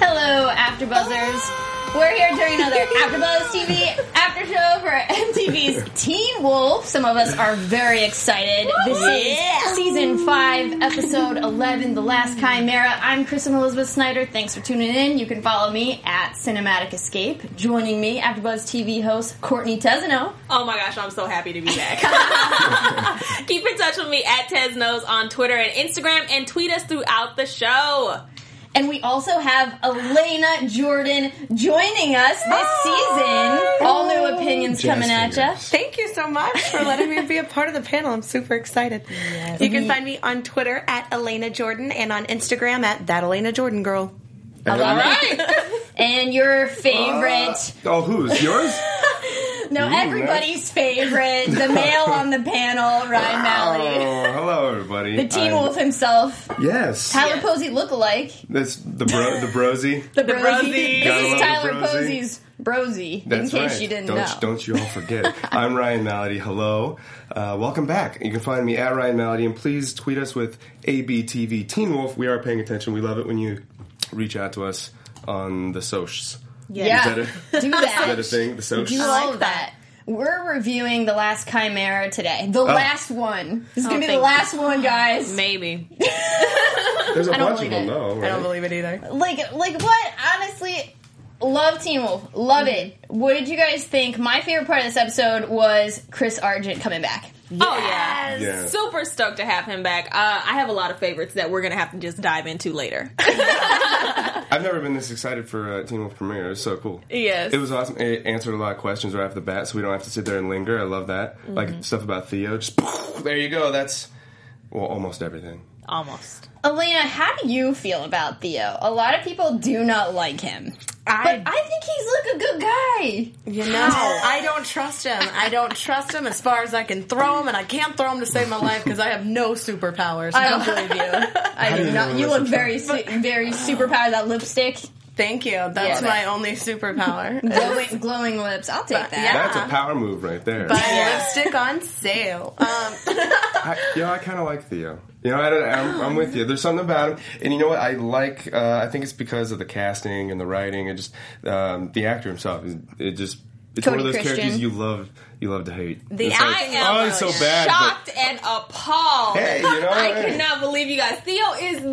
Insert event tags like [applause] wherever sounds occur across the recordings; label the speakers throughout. Speaker 1: Hello, AfterBuzzers. We're here during another AfterBuzz TV after show for MTV's Teen Wolf. Some of us are very excited. This is season five, episode eleven, The Last Chimera. I'm Kristen Elizabeth Snyder. Thanks for tuning in. You can follow me at Cinematic Escape. Joining me, AfterBuzz TV host Courtney Tezano.
Speaker 2: Oh my gosh, I'm so happy to be back. Keep in touch with me at Tesnos on Twitter and Instagram and tweet us throughout the show.
Speaker 1: And we also have Elena Jordan joining us this season. All new opinions coming at you.
Speaker 3: Thank you so much for letting me be a part of the panel. I'm super excited. You can find me on Twitter at Elena Jordan and on Instagram at that Elena Jordan girl.
Speaker 1: I love it. and your favorite,
Speaker 4: Oh, who's yours?
Speaker 1: no, everybody's favorite, the
Speaker 4: [laughs]
Speaker 1: male on the panel, Ryan Malley.
Speaker 4: Oh, hello, everybody.
Speaker 1: The Teen
Speaker 4: I'm-
Speaker 1: Wolf himself,
Speaker 4: Yes,
Speaker 1: Tyler Posey lookalike,
Speaker 4: that's the bro, the brosy.
Speaker 1: [laughs] the brosy.
Speaker 2: brosy.
Speaker 1: This
Speaker 4: Gotta love
Speaker 1: is
Speaker 4: the
Speaker 1: Tyler
Speaker 4: brosy.
Speaker 1: Posey's brosy.
Speaker 4: That's
Speaker 1: in case
Speaker 4: right.
Speaker 1: you didn't
Speaker 4: don't,
Speaker 1: know,
Speaker 4: Don't you all
Speaker 1: [laughs]
Speaker 4: forget. I'm Ryan Malady. Hello, uh, welcome back. You can find me at Ryan Malady, and please tweet us with ABTV Teen Wolf. We are paying attention. We love it when you reach out to us on the socials.
Speaker 1: Yeah.
Speaker 4: is that
Speaker 1: [laughs]
Speaker 4: a,
Speaker 1: do
Speaker 4: is that
Speaker 1: that.
Speaker 4: a thing? The socials.
Speaker 1: Do all of that. We're reviewing the last Chimera today.
Speaker 4: Oh.
Speaker 1: The last one. This is gonna be the
Speaker 2: thank
Speaker 1: last one, guys.
Speaker 2: Maybe.
Speaker 4: There's a
Speaker 1: don't
Speaker 4: bunch of
Speaker 1: believe
Speaker 4: them,
Speaker 1: it.
Speaker 4: though. Right?
Speaker 3: believe it either.
Speaker 1: like like what honestly love Teen Wolf love it what did you guys think my favorite part of this episode was Chris Argent coming back
Speaker 2: Oh yeah.
Speaker 4: Yeah.
Speaker 2: Super stoked to have him back. Uh, I have a lot of favorites that we're going to have to just dive into later.
Speaker 4: I've never been this excited for uh, Teen Wolf premiere. It was so cool.
Speaker 2: Yes.
Speaker 4: It was awesome. It answered a lot of questions right off the bat, so we don't have to sit there and linger. I love that. Like stuff about Theo. Just [laughs] there you go. That's well, almost everything.
Speaker 2: Almost.
Speaker 1: Elena how do you feel about Theo a lot of people do not like him
Speaker 3: I,
Speaker 1: but I think he's like a good guy
Speaker 3: you know, I don't trust him. I don't trust him as far as I can throw him, and I can't throw him to save my life because I have no superpowers.
Speaker 1: I don't believe you I do
Speaker 4: you
Speaker 1: not
Speaker 4: know
Speaker 1: you
Speaker 4: that's
Speaker 1: look
Speaker 4: a
Speaker 1: very su- very superpowered that lipstick
Speaker 3: Thank you. That's
Speaker 1: Yeah.
Speaker 3: my only superpower.
Speaker 1: [laughs]
Speaker 2: [laughs]
Speaker 1: glowing, glowing lips I'll take
Speaker 3: But-
Speaker 1: that
Speaker 4: That's a power move right there.
Speaker 3: Buy lipstick on sale. Um,
Speaker 4: I, you know, I kind of like Theo. You know, I don't, I'm, I'm with you. There's something about him, and you know what? I like. Uh, I think it's because of the casting and the writing, and just um, the actor himself. It, it just it's one
Speaker 1: Cody
Speaker 4: of those
Speaker 1: Christian.
Speaker 4: characters you love. You love to hate.
Speaker 3: The
Speaker 4: It's
Speaker 2: I am
Speaker 4: oh, he's so bad. but-
Speaker 2: shocked and appalled.
Speaker 4: Hey, you know,
Speaker 2: I
Speaker 4: hey.
Speaker 2: cannot believe you guys. Theo is the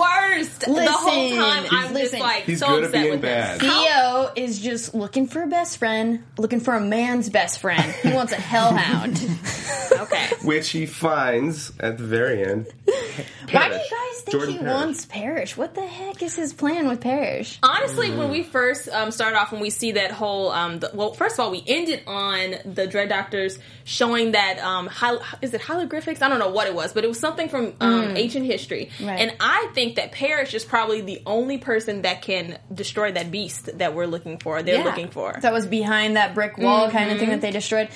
Speaker 2: worst. the whole
Speaker 1: Listen,
Speaker 2: time I'm
Speaker 1: listen.
Speaker 2: just like
Speaker 4: He's
Speaker 2: so
Speaker 4: good at
Speaker 2: upset
Speaker 4: being
Speaker 2: with
Speaker 4: bad.
Speaker 2: him.
Speaker 1: Theo is just looking for a best friend, looking for a man's best friend. He wants a hellhound.
Speaker 2: [laughs] Okay.
Speaker 4: which he finds at the very end.
Speaker 1: Why do
Speaker 4: Parrish.
Speaker 1: you guys think
Speaker 4: Jordan
Speaker 1: he
Speaker 4: Parrish.
Speaker 1: wants Parrish? What the heck is his plan with Parrish?
Speaker 2: Honestly,
Speaker 4: Mm.
Speaker 2: when we first um, start off, when we see that whole, um, the, well, first of all, we ended on the Dread Doctors showing that um, hi- is it hieroglyphics? I don't know what it was, but it was something from um, ancient history.
Speaker 1: Mm. Right.
Speaker 2: And I think that Parrish is probably the only person that can destroy that beast that we're looking for. They're looking for.
Speaker 1: That was behind that brick wall kind of thing that they destroyed.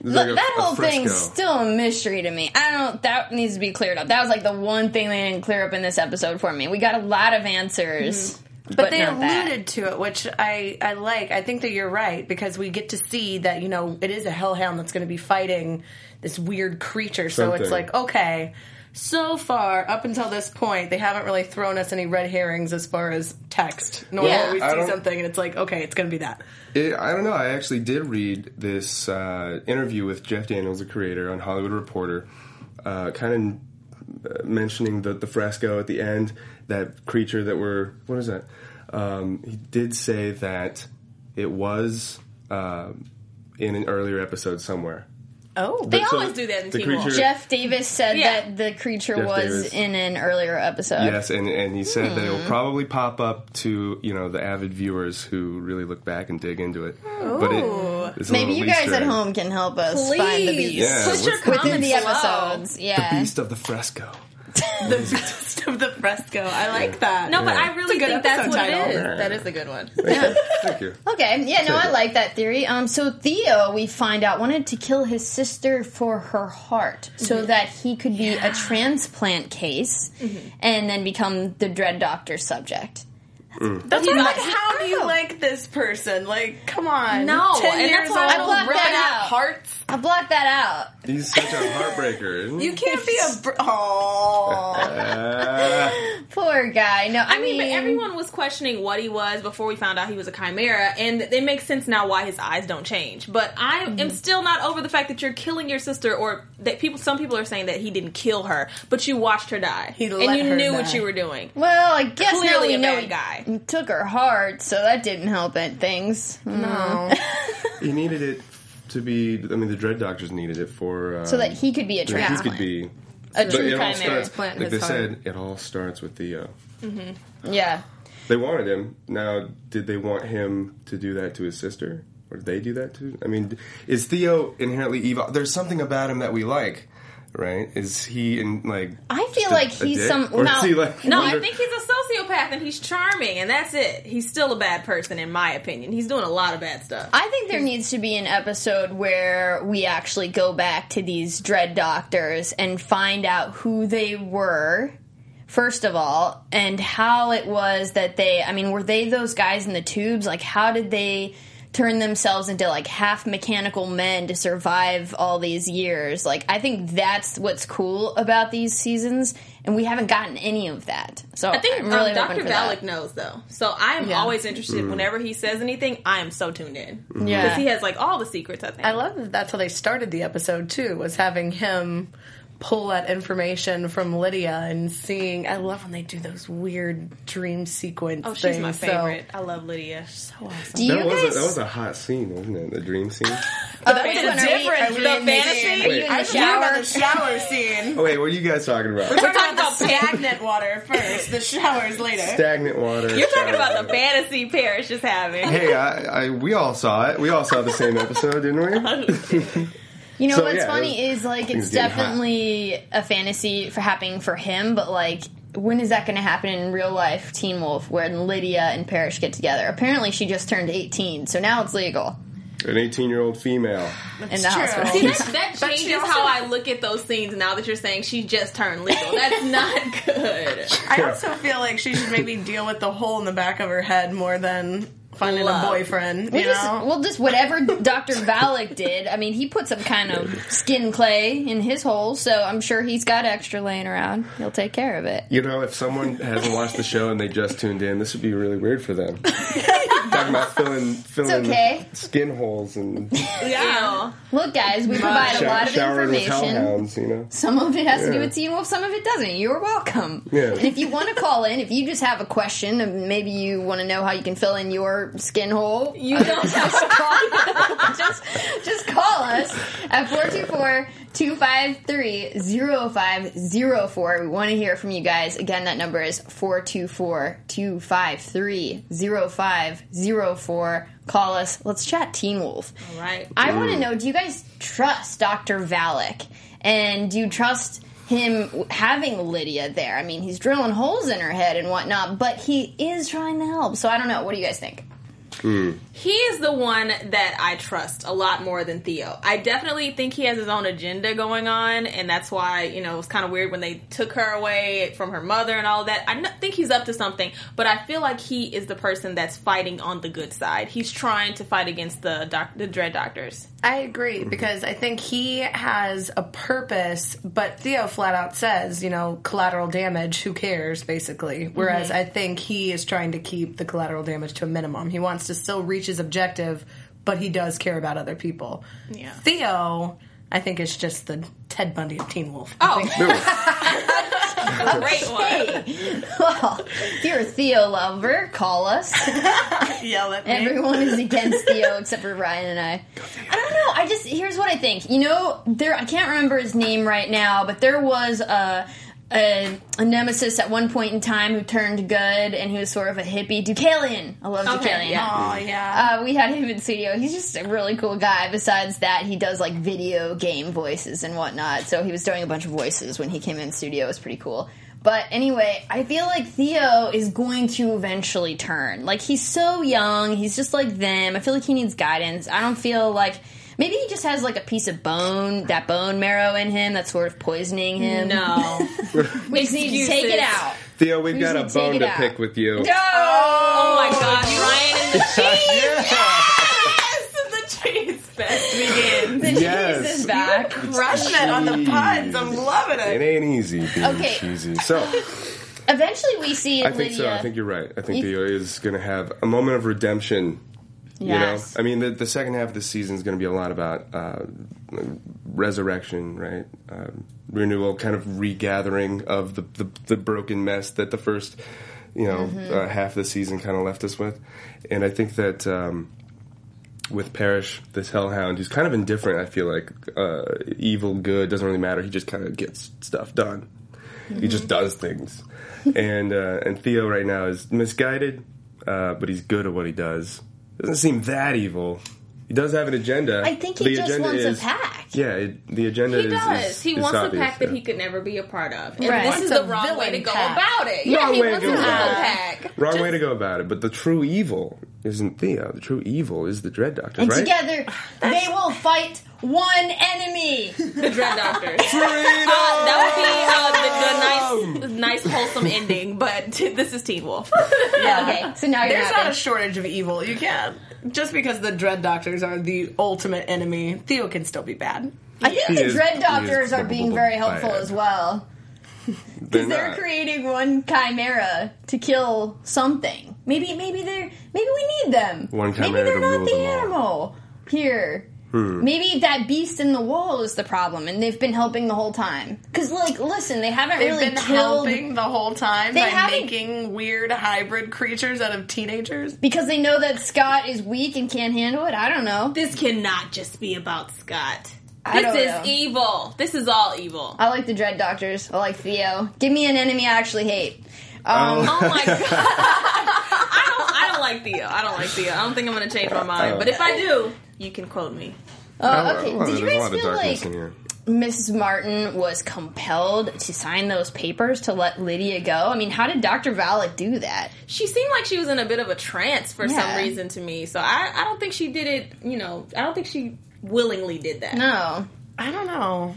Speaker 4: There's
Speaker 1: Look,
Speaker 4: like a-
Speaker 1: that
Speaker 4: a
Speaker 1: whole thing's
Speaker 4: fresco.
Speaker 1: still a mystery to me. I don't. That needs to be cleared up. That was like the one thing they didn't clear up in this episode for me. We got a lot of answers, Mm-hmm. but,
Speaker 3: But they
Speaker 1: not that.
Speaker 3: alluded to it, which I, I like. I think that you're right because we get to see that you know it is a hellhound that's going to be fighting this weird creature. So
Speaker 4: Something.
Speaker 3: it's like okay, so far up until this point, they haven't really thrown us any red herrings as far as text. Normally
Speaker 1: Yeah.
Speaker 3: we
Speaker 4: I
Speaker 3: see
Speaker 4: don't-
Speaker 3: something and it's like okay, it's going to be that.
Speaker 4: It, I don't know. I actually did read this uh, interview with Jeff Daniels, the creator, on Hollywood Reporter, uh, kind of uh, mentioning the, the fresco at the end, that creature that we're. What is that? Um, he did say that it was uh, in an earlier episode somewhere.
Speaker 3: Oh,
Speaker 2: They always do that in
Speaker 4: the
Speaker 2: Teen
Speaker 4: creature-
Speaker 2: Wolf.
Speaker 1: Jeff Davis said
Speaker 2: Yeah.
Speaker 1: that the creature
Speaker 4: Jeff
Speaker 1: was
Speaker 4: Davis.
Speaker 1: in an earlier episode.
Speaker 4: Yes, and, and he said that it
Speaker 1: Hmm.
Speaker 4: will probably pop up to you know the avid viewers who really look back and dig into it. But it, it's a
Speaker 1: Maybe you
Speaker 4: little
Speaker 1: guys
Speaker 4: Easter
Speaker 1: at
Speaker 4: egg.
Speaker 1: home can help us find the
Speaker 2: Please.
Speaker 1: beast
Speaker 4: Yeah,
Speaker 2: Put your
Speaker 4: what's the beast?
Speaker 1: within
Speaker 2: comments
Speaker 1: the
Speaker 2: below.
Speaker 1: episodes. Yeah,
Speaker 4: The beast of the fresco.
Speaker 3: the [laughs] best of the fresco. I like that.
Speaker 1: Oh,
Speaker 2: No, but
Speaker 4: Yeah.
Speaker 2: I really
Speaker 3: It's a good
Speaker 2: think that's
Speaker 3: episode
Speaker 2: what
Speaker 3: title.
Speaker 2: it is. That is a good one.
Speaker 4: Thank you.
Speaker 1: Okay, yeah, no, I
Speaker 4: Good.
Speaker 1: like that theory. Um, so Theo, we find out, wanted to kill his sister for her heart
Speaker 2: Mm-hmm.
Speaker 1: so that he could be a transplant case
Speaker 2: Mm-hmm.
Speaker 1: and then become the Dread Doctor subject.
Speaker 4: Mm.
Speaker 3: that's what I'm like.
Speaker 1: not-
Speaker 3: How do you
Speaker 1: Oh.
Speaker 3: like this person? Like, come on.
Speaker 2: No,
Speaker 3: ten
Speaker 2: and that's
Speaker 3: years
Speaker 2: why I
Speaker 3: old,
Speaker 1: blocked that
Speaker 3: ripping
Speaker 1: out.
Speaker 3: up hearts.
Speaker 1: I'll block that out.
Speaker 4: He's such a heartbreaker. Isn't he?
Speaker 3: You can't be a. Br- oh,
Speaker 4: Ah.
Speaker 1: Poor guy. No, I,
Speaker 2: I mean, but everyone was questioning what he was before we found out he was a chimera, and it makes sense now why his eyes don't change. But I
Speaker 3: Mm-hmm.
Speaker 2: am still not over the fact that you're killing your sister, or that people. Some people are saying that he didn't kill her, but you watched her die,
Speaker 3: He
Speaker 2: and
Speaker 3: let
Speaker 2: you
Speaker 3: her
Speaker 2: knew
Speaker 3: die.
Speaker 2: what you were doing.
Speaker 1: Well, I guess now
Speaker 2: Clearly
Speaker 1: we
Speaker 2: a
Speaker 1: know
Speaker 2: bad
Speaker 1: he
Speaker 2: guy.
Speaker 1: took her heart, so that didn't help at things.
Speaker 3: no.
Speaker 4: he needed it to be. I mean, the Dread Doctors needed it for uh,
Speaker 1: [laughs] So that he could be a
Speaker 4: that he
Speaker 1: transplant.
Speaker 4: could be.
Speaker 1: a
Speaker 4: But
Speaker 1: true
Speaker 4: it all
Speaker 1: primary.
Speaker 4: starts,
Speaker 3: Transplant
Speaker 4: like they
Speaker 3: his heart.
Speaker 4: said, it all starts with uh, Theo.
Speaker 1: Yeah.
Speaker 4: They wanted him. Now, did they want him to do that to his sister, or did they do that to? I mean, is Theo inherently evil? There's something about him that we like, right? Is he in like?
Speaker 1: I feel
Speaker 4: just a-
Speaker 1: like
Speaker 4: a
Speaker 1: he's
Speaker 4: dick?
Speaker 1: some.
Speaker 4: Or
Speaker 1: no,
Speaker 4: is he like?
Speaker 2: No, I
Speaker 4: wonder-
Speaker 2: think he's a sociopath and he's charming, and that's it. He's still a bad person, in my opinion. He's doing a lot of bad stuff.
Speaker 1: I think there needs to be an episode where we actually go back to these dread doctors and find out who they were. First of all, and how it was that they, I mean, were they those guys in the tubes? Like, how did they turn themselves into like half mechanical men to survive all these years? Like, I think that's what's cool about these seasons, and we haven't gotten any of that. So,
Speaker 2: I think
Speaker 1: am really
Speaker 2: um,
Speaker 1: hoping
Speaker 2: Dr.
Speaker 1: for that.
Speaker 2: Valak knows though, so I am
Speaker 3: Yeah.
Speaker 2: always interested. Whenever he says anything, I am so tuned in.
Speaker 1: Yeah.
Speaker 2: because he has like all the secrets. I think.
Speaker 3: Mm. I love that that's how they started the episode too, was having him pull that information from Lydia and seeing I love when they do those weird dream sequence
Speaker 2: oh,
Speaker 3: things.
Speaker 2: she's my
Speaker 3: so-
Speaker 2: favorite. I love Lydia.
Speaker 3: So, awesome.
Speaker 1: Do you
Speaker 4: that was
Speaker 1: guys?
Speaker 4: a, that was a hot scene, wasn't it? The dream scene.
Speaker 1: Oh,
Speaker 3: that
Speaker 1: which
Speaker 3: was a
Speaker 1: one are we-
Speaker 3: different-
Speaker 1: are we
Speaker 3: the
Speaker 1: in the-
Speaker 3: fantasy?
Speaker 1: are you in
Speaker 3: I
Speaker 1: the
Speaker 3: was talking about
Speaker 1: shower?
Speaker 3: the shower scene.
Speaker 4: oh, wait, what are you guys talking about?
Speaker 2: We're talking about [laughs]
Speaker 3: Stagnant water first, the showers later.
Speaker 4: [laughs] Stagnant water.
Speaker 2: You're talking about the fantasy Parrish is having.
Speaker 4: Hey, I, I, we all saw it. We all saw the same episode, didn't we?
Speaker 1: You know
Speaker 4: So,
Speaker 1: what's
Speaker 4: yeah,
Speaker 1: funny
Speaker 4: it was-
Speaker 1: is like
Speaker 4: things
Speaker 1: it's
Speaker 4: getting hot.
Speaker 1: definitely a fantasy for happening for him, but like when is that going to happen in real life Teen Wolf where Lydia and Parrish get together? Apparently she just turned 18, so now it's legal
Speaker 4: An 18 year old female.
Speaker 1: in the
Speaker 3: true.
Speaker 1: hospital.
Speaker 3: See,
Speaker 2: That, that
Speaker 3: But she
Speaker 2: changes
Speaker 3: also-
Speaker 2: how I look at those scenes now that you're saying she just turned legal. That's not [laughs] good.
Speaker 3: I also feel like she should maybe deal with the hole in the back of her head more than finding
Speaker 2: Love.
Speaker 3: a boyfriend.
Speaker 1: we
Speaker 3: you
Speaker 1: just,
Speaker 3: know?
Speaker 1: well, just whatever [laughs] Dr. Valak did. I mean, he put some kind of skin clay in his hole, so I'm sure he's got extra laying around. He'll take care of it.
Speaker 4: You know, if someone hasn't watched the show and they just tuned in, this would be really weird for them. [laughs] Talking about filling, filling
Speaker 1: okay.
Speaker 4: skin holes and
Speaker 2: Yeah.
Speaker 1: Look, guys, we provide a lot
Speaker 4: show-
Speaker 1: of
Speaker 4: showering with
Speaker 1: information.
Speaker 4: hellhounds, you know?
Speaker 1: Some of it has to do
Speaker 4: Yeah.
Speaker 1: with Teen Wolf, some of it doesn't. You're welcome.
Speaker 4: Yeah.
Speaker 1: And if you want to call in, if you just have a question, and maybe you want to know how you can fill in your skin hole, you
Speaker 2: know.
Speaker 1: [laughs] just call, [laughs] just, just call us at 424-253-0504. We want to hear from you guys. Again, that number is 424-253-0504. Call us. Let's chat Teen Wolf.
Speaker 2: All right.
Speaker 1: I want to know: Do you guys trust Doctor Valak, and do you trust him w- having Lydia there? I mean, he's drilling holes in her head and whatnot, but he is trying to help. So I don't know. What do you guys think?
Speaker 2: He is the one that I trust a lot more than Theo. I definitely think he has his own agenda going on, and that's why, you know, it was kind of weird when they took her away from her mother and all that. I kn- think he's up to something, but I feel like he is the person that's fighting on the good side. He's trying to fight against the doc- the Dread Doctors.
Speaker 3: I agree because I think he has a purpose, but Theo flat out says, you know, collateral damage, who cares, basically. Whereas I think he is trying to keep the collateral damage to a minimum. He wants to still reach his objective, but he does care about other people.
Speaker 2: Yeah.
Speaker 3: Oh,
Speaker 2: [laughs]
Speaker 3: Theo, I think, is just the Ted Bundy of Teen Wolf.
Speaker 2: Oh,
Speaker 4: No.
Speaker 2: Great one.
Speaker 1: well, [laughs] if you're a Theo lover, call us.
Speaker 3: [laughs] Yell at me.
Speaker 1: Everyone is
Speaker 3: [laughs]
Speaker 1: against Theo except for Ryan and I. I don't know. I just here's what I think. You know, there I can't remember his name right now, but there was a a, a nemesis at one point in time who turned good, and he was sort of a hippie. Deucalion. I love
Speaker 2: [laughs] Okay,
Speaker 1: Deucalion.
Speaker 2: yeah.
Speaker 3: Oh yeah.
Speaker 1: Uh, we had him in studio. He's just a really cool guy. Besides that, he does like video game voices and whatnot. So he was doing a bunch of voices when he came in studio. It was pretty cool. But anyway, I feel like Theo is going to eventually turn. Like he's so young. He's just like them. I feel like he needs guidance. I don't feel like. Maybe he just has like a piece of bone, that bone marrow in him that's sort of poisoning
Speaker 2: Oh.
Speaker 1: him.
Speaker 2: No.
Speaker 1: we just need to take it
Speaker 2: Mm. Excuses.
Speaker 1: out.
Speaker 4: Theo, we've
Speaker 1: We
Speaker 4: got a
Speaker 1: should take
Speaker 4: bone
Speaker 1: it
Speaker 4: to
Speaker 1: out.
Speaker 4: pick with you. [laughs]
Speaker 1: No!
Speaker 2: Oh my god, Ryan [laughs] and the cheese! the cheese fest begins.
Speaker 1: Jesus
Speaker 4: yes.
Speaker 1: is back.
Speaker 3: Crushing it on the puns. I'm loving
Speaker 4: It
Speaker 3: it.
Speaker 4: ain't easy being
Speaker 1: Okay.
Speaker 4: cheesy. So
Speaker 1: [laughs] Eventually, we see
Speaker 4: I
Speaker 1: Lydia.
Speaker 4: think so. I think you're right. I think
Speaker 1: You-
Speaker 4: Theo is going to have a moment of redemption.
Speaker 1: Yes.
Speaker 4: You know, I mean, the, the second half of this season is going to be a lot about uh, resurrection, right? Um, renewal, kind of regathering of the, the the broken mess that the first, you know,
Speaker 1: Mm-hmm.
Speaker 4: uh, half of the season kind of left us with, and I think that. Um, with Parrish, this hellhound, who's kind of indifferent, I feel like uh, evil, good doesn't really matter. He just kind of gets stuff done. He
Speaker 1: Mm-hmm.
Speaker 4: just does things, and uh, and Theo right now is misguided, uh, but he's good at what he does. Doesn't seem that evil. He does have an agenda.
Speaker 1: I think he
Speaker 4: The
Speaker 1: just
Speaker 4: agenda
Speaker 1: wants a
Speaker 4: is-
Speaker 1: pack.
Speaker 4: Yeah, it, the agenda
Speaker 2: He
Speaker 4: is.
Speaker 2: does.
Speaker 4: is-
Speaker 2: he
Speaker 4: is
Speaker 2: wants
Speaker 4: obvious,
Speaker 2: a pack that
Speaker 4: yeah.
Speaker 2: he could never be a part of. And
Speaker 1: Right.
Speaker 2: this is
Speaker 3: Wants
Speaker 2: the
Speaker 3: a
Speaker 2: wrong way
Speaker 3: villain
Speaker 2: to go
Speaker 3: pack.
Speaker 2: about it. Yeah,
Speaker 4: Wrong
Speaker 2: he
Speaker 4: way to
Speaker 2: wants
Speaker 4: go
Speaker 2: a villain
Speaker 4: about it. [laughs]
Speaker 2: pack.
Speaker 4: Wrong way to go about it, but the true evil isn't Theo. The true evil is the Dread Doctor,
Speaker 1: And
Speaker 4: right?
Speaker 1: together, they will fight one enemy.
Speaker 2: The Dread [laughs] Doctors.
Speaker 4: Freedom!
Speaker 2: that would be uh, the, the nice, nice, wholesome ending, but [laughs] this is
Speaker 1: [laughs]
Speaker 2: Teen Wolf.
Speaker 1: Okay, so now you're
Speaker 3: There's not a
Speaker 1: happy.
Speaker 3: shortage of evil. You can't. Just because the Dread Doctors are the ultimate enemy, Theo can still be bad.
Speaker 1: I think
Speaker 4: He
Speaker 1: the
Speaker 4: is-
Speaker 1: Dread
Speaker 4: he is
Speaker 1: Doctors are being very helpful
Speaker 4: bad.
Speaker 1: as well.
Speaker 4: [laughs] They're,
Speaker 1: They're
Speaker 4: not.
Speaker 1: creating one chimera to kill something. Maybe, maybe they're. Maybe we need them.
Speaker 4: One
Speaker 1: Maybe
Speaker 4: chimera
Speaker 1: they're
Speaker 4: to
Speaker 1: not
Speaker 4: rule
Speaker 1: the
Speaker 4: them all. Hmm.
Speaker 1: animal here. Maybe that beast in the wall is the problem, and they've been helping the whole time. Because, like, listen, they haven't
Speaker 3: They've
Speaker 1: really
Speaker 3: been
Speaker 1: killed
Speaker 3: helping the whole time
Speaker 1: They
Speaker 3: by
Speaker 1: haven't-
Speaker 3: making weird hybrid creatures out of teenagers.
Speaker 1: because they know that Scott is weak and can't handle it. I don't know.
Speaker 2: this cannot just be about Scott.
Speaker 1: I
Speaker 2: This
Speaker 1: don't
Speaker 2: is
Speaker 1: know.
Speaker 2: evil. This is all evil.
Speaker 1: I like the Dread Doctors. I like Theo. Give me an enemy I actually hate. Um,
Speaker 2: Oh my god! [laughs] I don't. I don't like Theo. I don't like Theo. I don't think I'm gonna change my mind. But if I do, you can quote me.
Speaker 1: uh,
Speaker 4: Oh,
Speaker 1: okay.
Speaker 4: well,
Speaker 1: Did you
Speaker 4: there's a
Speaker 1: guys
Speaker 4: lot of
Speaker 1: feel
Speaker 4: darkness
Speaker 1: like
Speaker 4: in here.
Speaker 1: Mrs. Martin was compelled to sign those papers to let Lydia go? I mean, how did Dr. Valak do that?
Speaker 2: She seemed like she was in a bit of a trance for
Speaker 1: Yeah.
Speaker 2: some reason to me. So I, I don't think she did it. You know, I don't think she willingly did that.
Speaker 1: No.
Speaker 3: I don't know.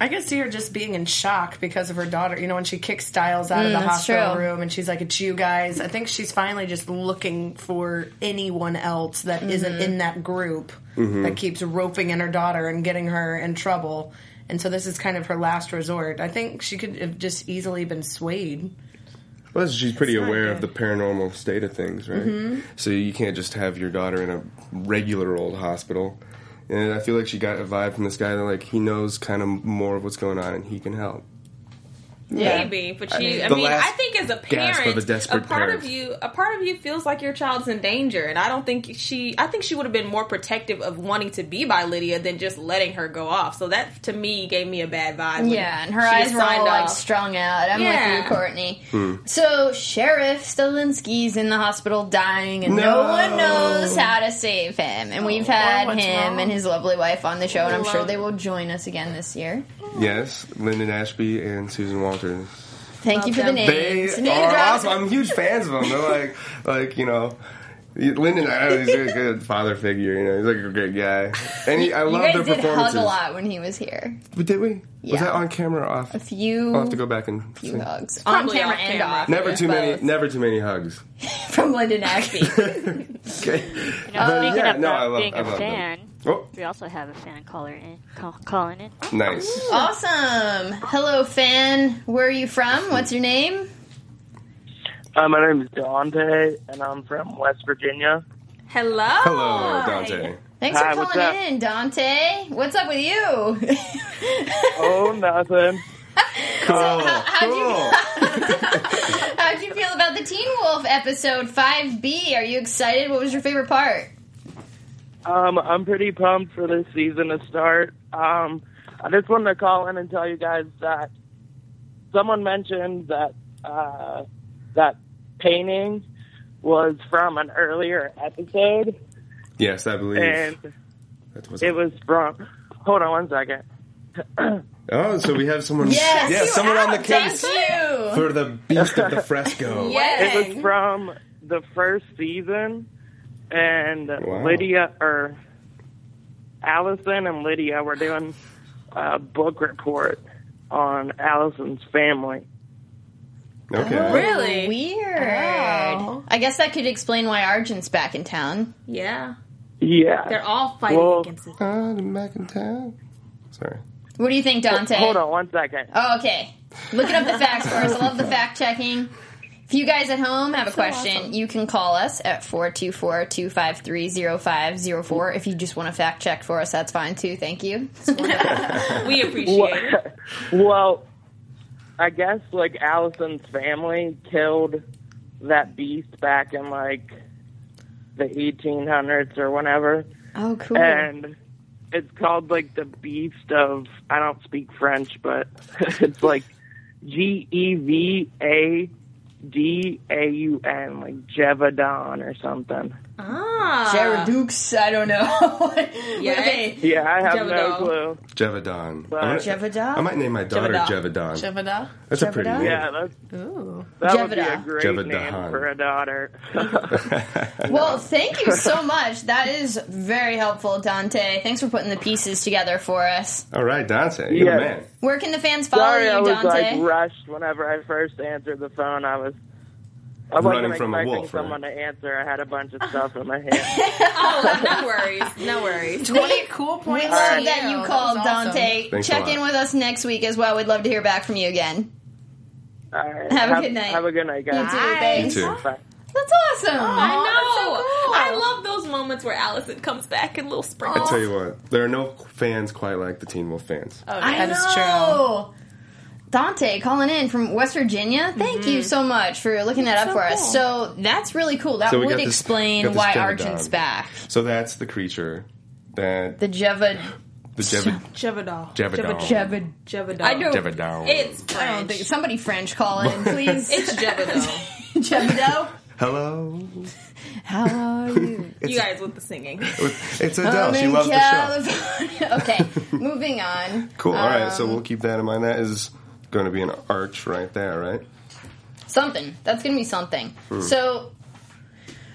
Speaker 3: I could see her just being in shock because of her daughter. You know, when she kicks Styles out of the
Speaker 1: that's
Speaker 3: hospital
Speaker 1: true.
Speaker 3: room and she's like, it's you guys. I think she's finally just looking for anyone else that not in that group that keeps roping in her daughter and getting her in trouble. And so this is kind of her last resort. I think she could have just easily been swayed.
Speaker 4: Well, she's pretty
Speaker 3: not
Speaker 4: aware of the
Speaker 3: good.
Speaker 4: paranormal state of things, right?
Speaker 1: Mm-hmm.
Speaker 4: So you can't just have your daughter in a regular old hospital. And I feel like she got a vibe from this guy that like he knows kind of more of what's going on and he can help.
Speaker 2: Maybe, but she. I,
Speaker 4: The
Speaker 2: mean,
Speaker 4: last
Speaker 2: I think as a
Speaker 4: gasp of
Speaker 2: parent,
Speaker 4: a desperate
Speaker 2: part
Speaker 4: parent.
Speaker 2: of you, a part of you feels like your child's in danger, and I don't think she. I think she would have been more protective of wanting to be by Lydia than just letting her go off. So that to me gave me a bad vibe. when
Speaker 1: Yeah, and her
Speaker 2: she
Speaker 1: eyes were
Speaker 2: signed
Speaker 1: all like
Speaker 2: off.
Speaker 1: strung out. I'm
Speaker 2: Yeah.
Speaker 1: with you, Courtney.
Speaker 4: Hmm.
Speaker 1: So Sheriff Stalinsky's in the hospital dying, and no.
Speaker 4: No.
Speaker 1: one knows how to save him. And we've had
Speaker 3: what's
Speaker 1: him
Speaker 3: wrong.
Speaker 1: and his lovely wife on the show, and I'm sure
Speaker 2: Love
Speaker 1: they will join us again this year.
Speaker 4: Yes, Lyndon Ashby and Susan Walters.
Speaker 1: Thank you for
Speaker 2: them.
Speaker 1: the
Speaker 4: They
Speaker 1: names. Name
Speaker 4: are
Speaker 1: drop.
Speaker 4: awesome. I'm huge fans of them. They're like, like you know, Lyndon. I know he's a good father figure. You know, he's like a great guy. And he, I
Speaker 1: You
Speaker 4: love
Speaker 1: guys
Speaker 4: their
Speaker 1: did
Speaker 4: performances.
Speaker 1: hug a lot when he was here.
Speaker 4: But did we?
Speaker 1: Yeah.
Speaker 4: Was that on camera or off?
Speaker 1: A few,
Speaker 4: I'll have to go back and
Speaker 1: few
Speaker 4: see.
Speaker 1: hugs on
Speaker 2: Probably
Speaker 1: camera
Speaker 2: off
Speaker 1: and
Speaker 2: camera.
Speaker 1: off.
Speaker 4: Never
Speaker 1: yeah,
Speaker 4: too
Speaker 1: both.
Speaker 4: many. Never too many hugs.
Speaker 1: [laughs]
Speaker 4: [laughs]
Speaker 1: from Lyndon Ashby.
Speaker 4: Okay.
Speaker 5: Now,
Speaker 4: But
Speaker 5: speaking
Speaker 4: yeah,
Speaker 5: of
Speaker 4: no,
Speaker 5: uh,
Speaker 4: I love-
Speaker 5: being
Speaker 4: I love
Speaker 5: a
Speaker 4: them.
Speaker 5: fan,
Speaker 4: Oh,
Speaker 5: we also have a fan caller in, call, calling in.
Speaker 4: nice.
Speaker 1: awesome. Hello, fan. Where are you from? What's your name?
Speaker 6: Uh,
Speaker 7: Hi, my name is Dante, and I'm from West Virginia.
Speaker 2: Hello,
Speaker 4: Hello, Dante.
Speaker 1: Thanks
Speaker 7: Hi,
Speaker 1: for
Speaker 7: what's
Speaker 1: calling
Speaker 7: up?
Speaker 1: in, Dante. What's up with you?
Speaker 7: Oh, nothing.
Speaker 1: how'd you-
Speaker 4: cool.
Speaker 1: [laughs] How'd you feel about the Teen Wolf episode 5B? Are you excited? What was your favorite part?
Speaker 6: Um, I'm pretty pumped for this season to start. Um, I just wanted to call in and tell you guys that someone mentioned that uh, that painting was from an earlier episode,
Speaker 4: [laughs] Yes, I believe.
Speaker 6: and
Speaker 4: that was
Speaker 6: it was from. Hold on one second.
Speaker 4: Oh, so we have someone.
Speaker 1: Yes,
Speaker 4: yeah,
Speaker 1: you
Speaker 4: someone on the
Speaker 1: out,
Speaker 4: case
Speaker 1: Thank you.
Speaker 4: for the beast of
Speaker 1: [laughs]
Speaker 4: the fresco.
Speaker 6: It was from the first season, and
Speaker 4: Wow.
Speaker 6: Lydia or Allison and Lydia were doing a book report on Allison's family.
Speaker 4: Okay.
Speaker 2: Really? Oh.
Speaker 1: Weird. I guess that could explain why Argent's back in town.
Speaker 2: yeah.
Speaker 6: Yeah,
Speaker 2: They're all fighting
Speaker 6: Well,
Speaker 2: against it.
Speaker 4: Ah, the McIntyre. Sorry.
Speaker 1: What do you think, Dante?
Speaker 6: Hold on one second.
Speaker 1: Oh, okay. Looking up the facts for us. I love the fact checking. If you guys at home have a question, you can call us at 424 253 0504. If you just want to fact check for us, that's fine too. Thank you.
Speaker 2: We appreciate it.
Speaker 6: Well, I guess like Allison's family killed that beast back in like the 1800s or whenever,
Speaker 1: Oh, cool.
Speaker 6: and it's called like the beast of. I don't speak French, but [laughs] it's like G E V A D A U N, like Jevadon or something.
Speaker 2: Ah.
Speaker 1: Jared Dukes, I don't know. [laughs]
Speaker 2: Yeah.
Speaker 6: Yeah, I have
Speaker 2: Jevadon.
Speaker 6: no clue.
Speaker 4: Jevadon.
Speaker 6: But-
Speaker 4: I'm gonna- I
Speaker 1: Jevada?
Speaker 4: might name my daughter
Speaker 2: Jevada.
Speaker 4: Jevadon.
Speaker 3: Shivada.
Speaker 4: That's a pretty
Speaker 1: Jevada?
Speaker 4: name.
Speaker 6: Yeah, that's
Speaker 3: Ooh.
Speaker 6: that would be a
Speaker 1: Jevada.
Speaker 6: great
Speaker 4: Jevadahan.
Speaker 6: name for a
Speaker 1: [laughs]
Speaker 6: daughter.
Speaker 1: Well, thank you so much. That is very helpful, Dante. Thanks for putting the pieces together for us.
Speaker 4: [laughs] All right, Dante. You're
Speaker 6: Yeah.
Speaker 4: the man.
Speaker 1: Where can the fans follow
Speaker 6: Sorry,
Speaker 1: you,
Speaker 6: I was
Speaker 1: Dante?
Speaker 6: like rushed whenever I first answered the phone. I was I wasn't
Speaker 4: Running
Speaker 6: expecting
Speaker 4: from a wolf, right?
Speaker 6: someone to answer. I had a bunch of stuff in
Speaker 1: [laughs]
Speaker 6: my hand.
Speaker 2: Oh, no worries. No worries.
Speaker 3: 20 cool [laughs] points.
Speaker 1: we
Speaker 3: for
Speaker 1: love that you
Speaker 3: That
Speaker 1: called,
Speaker 3: was awesome.
Speaker 1: Dante.
Speaker 4: Thanks
Speaker 1: Check
Speaker 4: a lot.
Speaker 1: in with us next week as well. We'd love to hear back from you again.
Speaker 6: All right.
Speaker 1: Have a good night.
Speaker 6: Have a good night, guys.
Speaker 1: You too. Thanks.
Speaker 4: You too.
Speaker 6: Bye.
Speaker 1: That's awesome.
Speaker 2: I know.
Speaker 1: That's so cool.
Speaker 2: I love those moments where Allison comes back in little
Speaker 4: I
Speaker 2: sprinkles.
Speaker 4: tell you what, there are no fans quite like the Teen Wolf fans.
Speaker 1: Oh.
Speaker 3: That is true.
Speaker 1: know. Dante calling in from West Virginia. Thank you so much for looking that up for us. So that's really cool. That
Speaker 4: So we
Speaker 1: would
Speaker 4: got this-
Speaker 1: explain
Speaker 4: got this
Speaker 1: why
Speaker 4: Jevadon.
Speaker 1: Argent's back.
Speaker 4: So that's the creature that
Speaker 1: The Jeva
Speaker 4: the Jevad
Speaker 2: Jevadal.
Speaker 4: Jevadon.
Speaker 1: Jeva
Speaker 2: Jevadal.
Speaker 1: I don't-
Speaker 4: Jevadon.
Speaker 2: It's
Speaker 1: I don't think
Speaker 2: French.
Speaker 1: somebody French call in,
Speaker 4: [laughs]
Speaker 1: please.
Speaker 2: It's Jevadal. [laughs]
Speaker 1: [laughs] Jebdo.
Speaker 4: Hello.
Speaker 1: How are you?
Speaker 2: you guys with the [laughs] singing.
Speaker 4: It's Adele. She loves the show.
Speaker 1: California. okay,
Speaker 4: [laughs]
Speaker 1: moving on.
Speaker 4: Cool. All right,
Speaker 1: Um,
Speaker 4: so we'll keep that in mind. That is going to be an arch right there, right?
Speaker 1: Something. That's gonna be something. So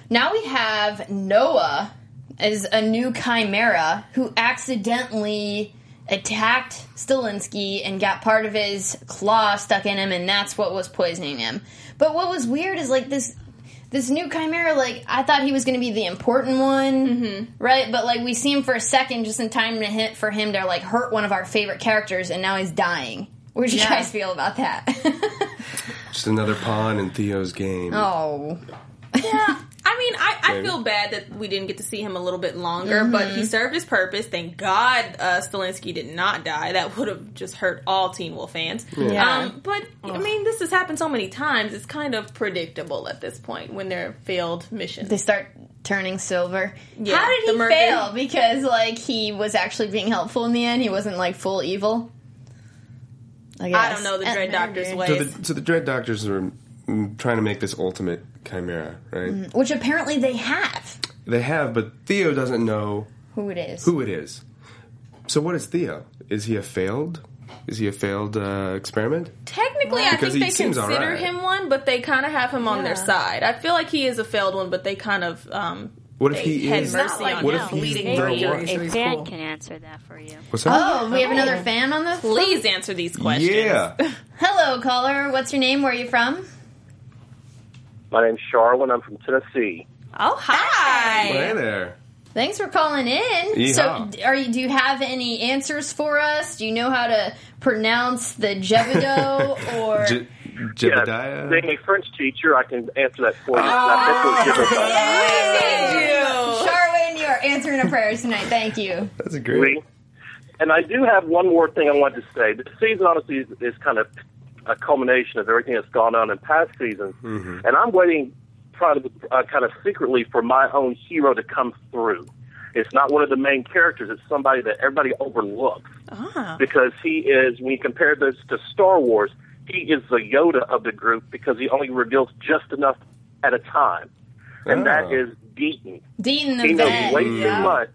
Speaker 1: now we have Noah as a new chimera who accidentally attacked Stilinski and got part of his claw stuck in him and that's what was poisoning him. But what was weird is like this this new chimera, like I thought he was going to be the important one, right? But like we see him for a second, just in time to hit for him to like hurt one of our favorite characters, and now he's dying. What do you guys feel about that? [laughs]
Speaker 4: Just another pawn in Theo's game.
Speaker 1: oh,
Speaker 2: Yeah. I mean, I, I
Speaker 4: Maybe.
Speaker 2: feel bad that we didn't get to see him a little bit longer, but he served his purpose. Thank God uh, Stilinski did not die. That would have just hurt all Teen Wolf fans. Um, but, I mean, this has happened so many times. It's kind of predictable at this point when they're failed missions.
Speaker 1: they start turning silver.
Speaker 2: Yeah,
Speaker 1: How did
Speaker 2: the
Speaker 1: he
Speaker 2: mercury.
Speaker 1: fail? Because like he was actually being helpful in the end. He wasn't like full evil.
Speaker 2: I
Speaker 1: guess.
Speaker 2: don't know the
Speaker 1: And-
Speaker 2: Dread Doctor's
Speaker 4: So
Speaker 2: ways.
Speaker 4: the, so the Dread Doctors are mm, trying to make this ultimate chimera, right?
Speaker 1: which apparently they have.
Speaker 4: They have, but Theo doesn't know
Speaker 1: Who it is?
Speaker 4: who it is. So what is Theo? Is he a failed? Is he a failed uh, experiment?
Speaker 2: Technically, I
Speaker 4: Because
Speaker 2: think
Speaker 4: he
Speaker 2: they
Speaker 4: seems all
Speaker 2: consider
Speaker 4: right.
Speaker 2: him one, but they kind of have him on their side. I feel like he is a failed one, but they kind of um,
Speaker 4: What if
Speaker 2: they
Speaker 4: he
Speaker 2: had
Speaker 4: is?
Speaker 2: mercy
Speaker 3: like
Speaker 2: on
Speaker 4: what
Speaker 2: him.
Speaker 4: if he's
Speaker 3: bleeding
Speaker 4: the
Speaker 5: Oh, Maybe
Speaker 3: Mercury,
Speaker 4: one?
Speaker 3: so
Speaker 5: a
Speaker 3: he's
Speaker 5: fan
Speaker 3: cool.
Speaker 5: can answer that for you.
Speaker 4: What's that?
Speaker 1: Oh, we have another fan on the.
Speaker 2: Please answer these questions.
Speaker 4: yeah.
Speaker 1: Hello, caller. What's your name? Where are you from?
Speaker 8: My name's Charwin. I'm from Tennessee.
Speaker 2: Oh, hi.
Speaker 4: Well, hey there.
Speaker 1: Thanks for calling in. So,
Speaker 4: Yeehaw.
Speaker 1: d- are you? Do you have any answers for us? Do you know how to pronounce the
Speaker 4: [laughs]
Speaker 1: Jebido or?
Speaker 4: Je-
Speaker 8: Yeah,
Speaker 4: Jebediah.
Speaker 8: being a French teacher, I can answer that for you. I bet those different-
Speaker 1: Charwin, you are answering our prayers tonight. Thank you.
Speaker 4: That's a great.
Speaker 8: And I do have one more thing I wanted to say. The season honestly is, is kind of a culmination of everything that's gone on in past seasons,
Speaker 4: Mm-hmm.
Speaker 8: and I'm waiting, kind of, uh, kind of secretly, for my own hero to come through. It's not one of the main characters; it's somebody that everybody overlooks because he is. When you compare this to Star Wars, he is the Yoda of the group because he only reveals just enough at a time, and
Speaker 4: Ah.
Speaker 8: that is Deaton
Speaker 1: [laughs] Dean the
Speaker 8: he knows
Speaker 1: vet.
Speaker 8: way too much.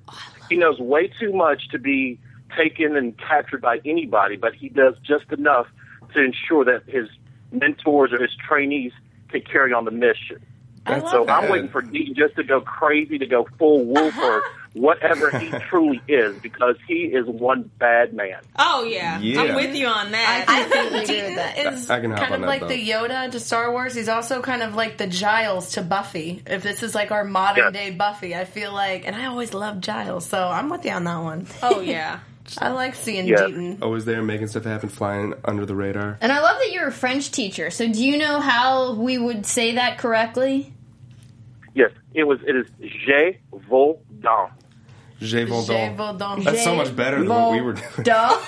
Speaker 8: He knows way too much to be taken and captured by anybody, but he does just enough to ensure that his mentors or his trainees can carry on the mission.
Speaker 4: That's
Speaker 8: So I'm waiting for Dean just to go crazy, to go full wolf or whatever he truly is, because he is one bad man.
Speaker 2: Oh yeah.
Speaker 4: Yeah.
Speaker 2: I'm with you on that.
Speaker 3: I think
Speaker 1: agree with that.
Speaker 3: Deaton is
Speaker 4: I- I can hop
Speaker 3: kind of
Speaker 4: on that
Speaker 3: like
Speaker 4: boat.
Speaker 3: the Yoda to Star Wars. He's also kind of like the Giles to Buffy. If this is like our modern
Speaker 8: Yeah.
Speaker 3: day Buffy, I feel like, and I always loved Giles, so I'm with you on that one.
Speaker 2: oh yeah.
Speaker 3: I like seeing
Speaker 8: Yeah.
Speaker 3: Deaton.
Speaker 4: Always Oh, there making stuff happen, flying under the radar.
Speaker 1: And I love that you're a French teacher. So do you know how we would say that correctly?
Speaker 8: Yes, it was. It is Je Vol Don.
Speaker 4: Jay
Speaker 3: Jay
Speaker 4: Voldon.
Speaker 3: Voldon.
Speaker 4: That's so much better than what we were doing. [laughs]
Speaker 1: Duh.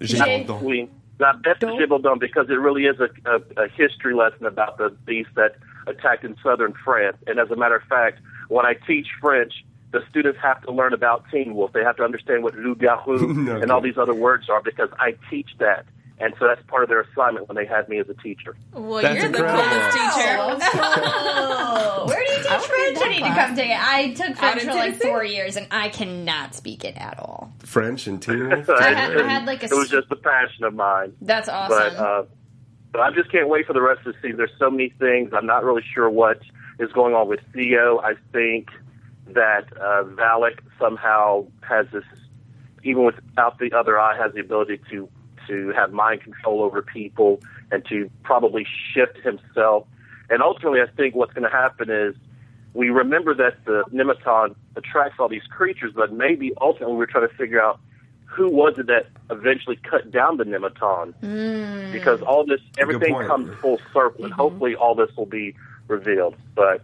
Speaker 4: Jay Voldon.
Speaker 8: Queen. Now, best to Jibble Dome because it really is a, a, a history lesson about the beast that attacked in southern France. And as a matter of fact, when I teach French, the students have to learn about Teen Wolf. They have to understand what
Speaker 4: [laughs]
Speaker 8: loup garou
Speaker 4: No
Speaker 8: and all
Speaker 4: kidding.
Speaker 8: these other words are because I teach that. And so that's part of their assignment when they had me as a teacher. [laughs]
Speaker 2: Well,
Speaker 4: That's
Speaker 2: you're
Speaker 4: incredible.
Speaker 2: the coolest teacher.
Speaker 1: Oh, [laughs]
Speaker 4: [laughs]
Speaker 1: where do you teach French? I need to come take it. I took French
Speaker 2: in
Speaker 1: for like
Speaker 2: Tennessee?
Speaker 1: four years, and I cannot speak it at all.
Speaker 4: French and Teen Wolf.
Speaker 1: I had, I had like a.
Speaker 8: It was just a passion of mine.
Speaker 1: that's
Speaker 8: But,
Speaker 1: awesome.
Speaker 8: uh, but I just can't wait for the rest of the season. There's so many things. I'm not really sure what is going on with Theo. I think that uh, Valak somehow has this, even without the other eye, has the ability to to have mind control over people and to probably shift himself. And ultimately, I think what's going to happen is we remember that the Nematon attracts all these creatures, but maybe ultimately we're trying to figure out who was it that eventually cut down the Nematon because all this everything
Speaker 4: point.
Speaker 8: comes full circle and hopefully all this will be revealed but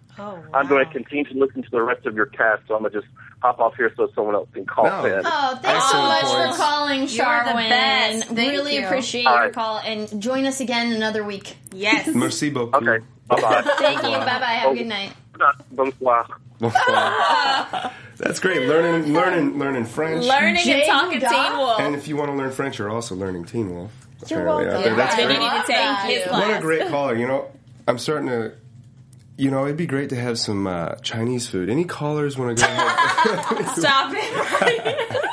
Speaker 8: i'm going to continue to listen to the rest of your cast so i'm going to just hop off here so someone else can call
Speaker 4: No.
Speaker 8: in
Speaker 1: Oh, thanks so
Speaker 4: Excellent
Speaker 1: much
Speaker 4: points.
Speaker 1: for calling,
Speaker 3: the
Speaker 1: Charwin.
Speaker 3: best. Thank
Speaker 1: really
Speaker 3: you.
Speaker 1: appreciate
Speaker 8: All
Speaker 1: your
Speaker 8: right.
Speaker 1: call, and join us again another week.
Speaker 2: Yes.
Speaker 4: Merci beaucoup.
Speaker 8: okay
Speaker 1: [laughs]
Speaker 8: bye-bye
Speaker 1: Thank you. Bye bye. Have a good night.
Speaker 8: Bonsoir.
Speaker 4: [laughs] That's
Speaker 1: [laughs]
Speaker 4: great. Learning, learning, learning French.
Speaker 2: Learning
Speaker 1: Jay
Speaker 2: and talking
Speaker 1: Duda.
Speaker 2: Teen Wolf.
Speaker 4: And if you want to learn French, you're also learning Teen Wolf.
Speaker 1: You're
Speaker 4: apparently, out there.
Speaker 1: welcome.
Speaker 4: That's
Speaker 1: Yeah.
Speaker 2: Then you
Speaker 4: great.
Speaker 2: need to
Speaker 1: Thank
Speaker 2: take his
Speaker 1: you.
Speaker 2: class.
Speaker 4: What a
Speaker 1: [laughs]
Speaker 4: great caller. You know, I'm starting to. You know, it'd be great to have some uh, Chinese food. Any callers want to go? ahead? [laughs]
Speaker 2: Stop it.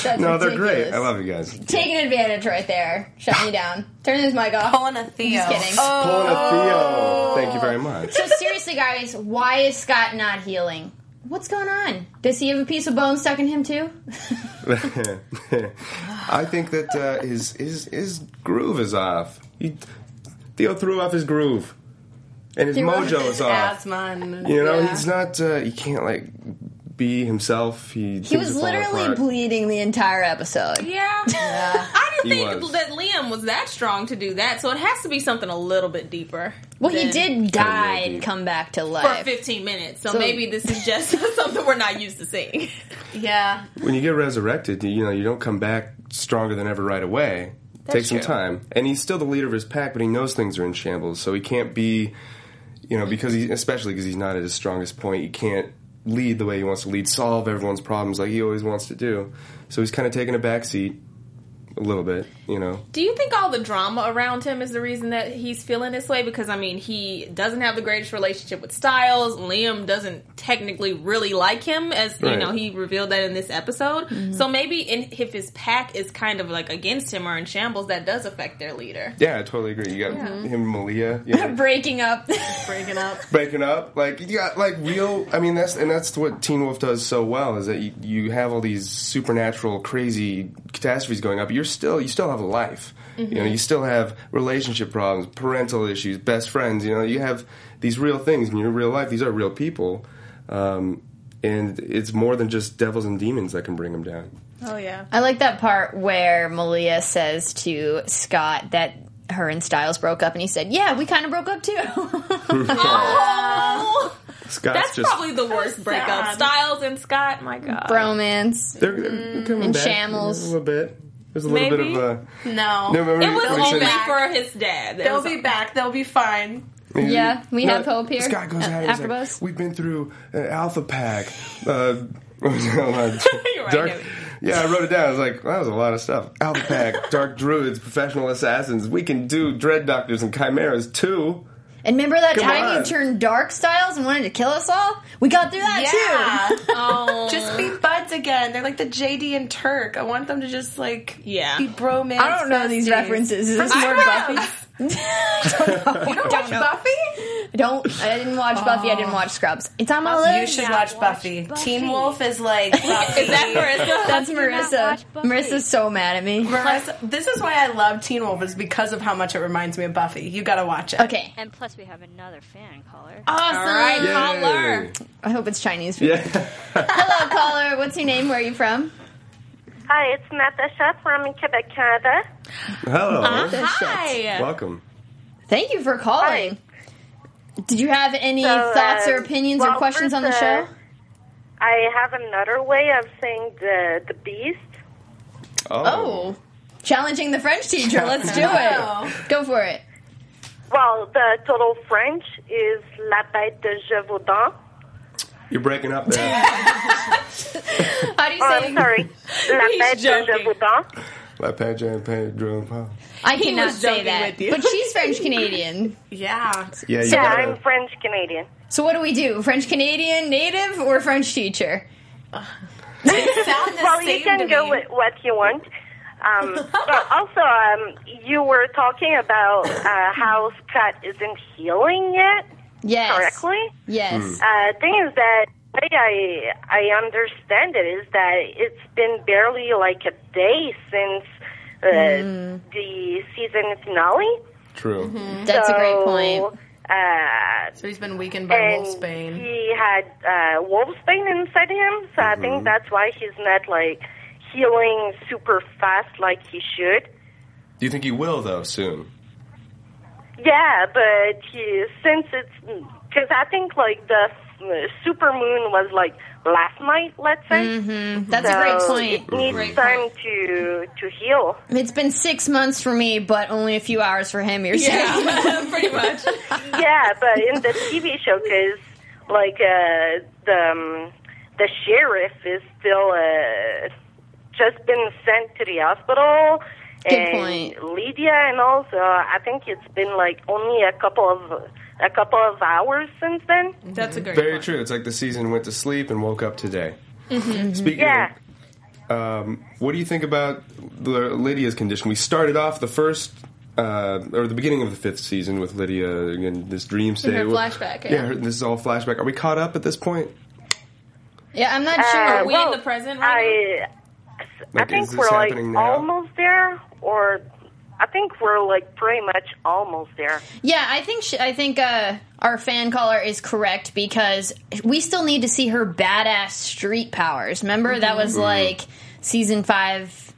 Speaker 1: [laughs] That's
Speaker 4: no, they're
Speaker 1: ridiculous.
Speaker 4: great. I love you guys.
Speaker 1: Taking advantage right there. Shut me down. Turn this mic off.
Speaker 3: Pulling a Theo. Oh.
Speaker 1: Just kidding.
Speaker 4: Pulling a
Speaker 1: Oh.
Speaker 4: Theo. Thank you very much. [laughs]
Speaker 1: So seriously, guys, why is Scott not healing? What's going on? Does he have a piece of bone stuck in him
Speaker 4: [laughs]
Speaker 1: too?
Speaker 4: I think that uh, his his his groove is off. He, Theo threw off his groove, and his
Speaker 1: Threw off
Speaker 4: mojo is off.
Speaker 3: Asthma. and-
Speaker 4: You know,
Speaker 1: Yeah.
Speaker 4: he's not. Uh, he can't like be himself. He
Speaker 1: He was literally bleeding the entire episode.
Speaker 2: Yeah. I
Speaker 4: He
Speaker 2: didn't
Speaker 4: was.
Speaker 2: think that Liam was that strong to do that, so it has to be something a little bit deeper.
Speaker 1: Well, he
Speaker 2: than-
Speaker 1: did die and
Speaker 4: deep.
Speaker 1: come back to
Speaker 2: for
Speaker 1: life.
Speaker 2: 15 minutes, so,
Speaker 1: So-
Speaker 2: maybe this is just [laughs] something we're not used to seeing.
Speaker 3: Yeah.
Speaker 4: when you get resurrected. You, you know, you don't come back stronger than ever right away. Take some time, and he's still the leader of his pack, but he knows things are in shambles, so he can't be. You know, because he, especially because he's not at his strongest point, he can't lead the way he wants to lead, solve everyone's problems like he always wants to do. So he's kind of taking a backseat a little bit. You know,
Speaker 2: Do you think all the drama around him is the reason that he's feeling this way? Because, I mean, he doesn't have the greatest relationship with Styles. Liam doesn't technically really like him, as, you
Speaker 4: Right.
Speaker 2: know, he revealed that in this episode. So maybe in, if his pack is kind of like against him or in shambles, that does affect their leader.
Speaker 4: yeah, I totally agree. You got him, and Malia. You know,
Speaker 1: Breaking
Speaker 2: [laughs]
Speaker 1: up.
Speaker 3: Breaking up.
Speaker 4: breaking up. Like you got like real. I mean, that's and that's what Teen Wolf does so well is that you, you have all these supernatural, crazy catastrophes going up. You're still you still have a life. You
Speaker 2: Mm-hmm.
Speaker 4: know, you still have relationship problems, parental issues, best friends. You know, you have these real things in your real life. These are real people. Um, and it's more than just devils and demons that can bring them down.
Speaker 2: [laughs] Oh, yeah.
Speaker 1: I like that part where Malia says to Scott that her and Styles broke up, and he said, "Yeah, we kind of broke up too." [laughs]
Speaker 4: Scott's
Speaker 2: Oh, That's
Speaker 4: just
Speaker 2: probably the worst breakup. Styles and Scott, my God.
Speaker 1: Bromance.
Speaker 4: they're, they're coming
Speaker 1: In
Speaker 4: back
Speaker 1: shambles.
Speaker 4: a little bit. There's a little
Speaker 2: Mm, Maybe.
Speaker 4: bit of a.
Speaker 3: No.
Speaker 4: No, remember
Speaker 2: It was
Speaker 4: when he
Speaker 2: only
Speaker 4: said-
Speaker 3: back.
Speaker 2: for his dad. That
Speaker 3: They'll
Speaker 2: was
Speaker 3: be back. They'll be fine.
Speaker 1: Yeah, we
Speaker 4: No,
Speaker 1: have hope here.
Speaker 4: Scott goes
Speaker 1: Uh,
Speaker 4: out. He's
Speaker 1: after
Speaker 4: like,
Speaker 1: Buzz.
Speaker 4: We've been through an alpha pack. Uh, [laughs] what was it? Uh,
Speaker 1: [laughs]
Speaker 2: right,
Speaker 4: dark,
Speaker 2: David.
Speaker 4: yeah, I wrote it down. I was like, that was a lot of stuff. Alpha pack, [laughs] dark druids, professional assassins. We can do dread doctors and chimeras too.
Speaker 1: And remember that
Speaker 4: Come
Speaker 1: time
Speaker 4: on.
Speaker 1: you turned dark styles and wanted to kill us all? We got through that too. [laughs]
Speaker 3: Yeah.
Speaker 2: Oh.
Speaker 3: just
Speaker 1: Uh.
Speaker 3: be buds again. They're like the JD and Turk. I want them to just like
Speaker 2: Yeah.
Speaker 3: be bromance.
Speaker 1: I don't know these
Speaker 3: besties.
Speaker 1: references. Is this
Speaker 3: I
Speaker 1: more
Speaker 3: don't
Speaker 1: Buffy? [laughs]
Speaker 3: You [laughs] don't watch Buffy? Oh.
Speaker 1: Don't. I didn't watch Buffy. I didn't watch Scrubs. It's on my
Speaker 3: you
Speaker 1: list.
Speaker 3: should watch, Buffy. Teen Wolf [laughs] is like
Speaker 2: Is that
Speaker 1: That's
Speaker 5: not
Speaker 1: Marissa.
Speaker 5: watch Buffy?
Speaker 1: Marissa's so mad at me.
Speaker 3: Marissa, this is why I love Teen Wolf is because of how much it reminds me of Buffy. You gotta watch it.
Speaker 1: Okay.
Speaker 5: And plus, we have another fan caller.
Speaker 2: Marissa? All right,
Speaker 4: Yay.
Speaker 2: caller.
Speaker 1: I hope it's Chinese.
Speaker 4: Yeah. [laughs]
Speaker 1: Hello, caller. What's your name? Where are you from?
Speaker 6: Hi, it's Natasha from Quebec, Canada.
Speaker 4: Hello.
Speaker 1: Uh-huh.
Speaker 2: Hi.
Speaker 4: Welcome.
Speaker 1: Thank you for calling. Did you have any
Speaker 6: So,
Speaker 1: thoughts or
Speaker 6: um,
Speaker 1: opinions or
Speaker 6: well,
Speaker 1: questions on the
Speaker 6: first,
Speaker 1: show?
Speaker 6: uh, I have another way of saying the Uh, the beast.
Speaker 1: Oh, challenging the French teacher. Let's [laughs] do
Speaker 3: Oh.
Speaker 1: it. Go for it.
Speaker 6: Well, the total French is la bête de Gévaudan.
Speaker 4: You're breaking
Speaker 1: [laughs]
Speaker 4: up there.
Speaker 1: How do you
Speaker 6: Oh,
Speaker 1: say?
Speaker 6: I'm sorry, la
Speaker 2: He's
Speaker 6: bête de
Speaker 2: joking.
Speaker 6: Gévaudan.
Speaker 4: La Pedro, Pedro, Paul.
Speaker 1: I cannot
Speaker 2: was
Speaker 1: say
Speaker 2: joking
Speaker 1: that.
Speaker 2: with you.
Speaker 1: But she's French Canadian.
Speaker 3: Yeah.
Speaker 4: Yeah, you
Speaker 6: Yeah,
Speaker 4: gotta-
Speaker 6: I'm French Canadian.
Speaker 1: So what do we do? French Canadian native or French teacher?
Speaker 3: They sound the
Speaker 6: Well,
Speaker 3: same
Speaker 6: you can
Speaker 3: to
Speaker 6: go
Speaker 3: me.
Speaker 6: with what you want. Um, but also, um, you were talking about uh, how Scott isn't healing yet
Speaker 1: Yes. Mm.
Speaker 6: correctly.
Speaker 1: Yes.
Speaker 6: Uh, thing is that the way I I understand it is that it's been barely like a day since uh, the season finale.
Speaker 4: True.
Speaker 1: That's a great
Speaker 6: So,
Speaker 1: point.
Speaker 6: Uh,
Speaker 3: So he's been weakened by
Speaker 6: and
Speaker 3: Wolfsbane.
Speaker 6: he had uh, Wolfsbane inside him, so I
Speaker 1: Mm-hmm.
Speaker 6: think that's why he's not like healing super fast like he should.
Speaker 4: Do you think you will though soon?
Speaker 6: Yeah, but he, since it's because I think like the uh, super moon was like last night, let's say.
Speaker 1: That's a Mm-hmm. great
Speaker 6: So
Speaker 1: point.
Speaker 6: It needs time to to heal.
Speaker 1: It's been six months for me, but only a few hours for him. You're saying? [laughs]
Speaker 2: Yeah, pretty much.
Speaker 6: yeah, but in the TV show, because like uh, the um, the sheriff is still uh, just been sent to the hospital.
Speaker 1: Good
Speaker 6: and
Speaker 1: point.
Speaker 6: Lydia and also I think it's been like only a couple of a couple of hours since then.
Speaker 2: That's a great
Speaker 4: Very
Speaker 2: point.
Speaker 4: true. It's like the season went to sleep and woke up today.
Speaker 1: Mm-hmm.
Speaker 4: Speaking
Speaker 6: Yeah.
Speaker 4: of, um, what do you think about the Lydia's condition? We started off the first. Uh, or the beginning of the fifth season with Lydia and this dream state.
Speaker 2: her flashback, yeah.
Speaker 4: her- this is all flashback. Are we caught up at this point?
Speaker 1: Yeah, I'm not
Speaker 6: Uh,
Speaker 1: sure.
Speaker 2: we
Speaker 6: well,
Speaker 2: in the present right
Speaker 6: I, I
Speaker 4: Like, is
Speaker 6: think
Speaker 4: this
Speaker 6: we're like
Speaker 4: happening now?
Speaker 6: almost there, or I think we're like pretty much almost there.
Speaker 1: Yeah, I think she, I think uh, our fan caller is correct because we still need to see her badass street powers. Remember that
Speaker 4: Mm-hmm.
Speaker 1: was like season five,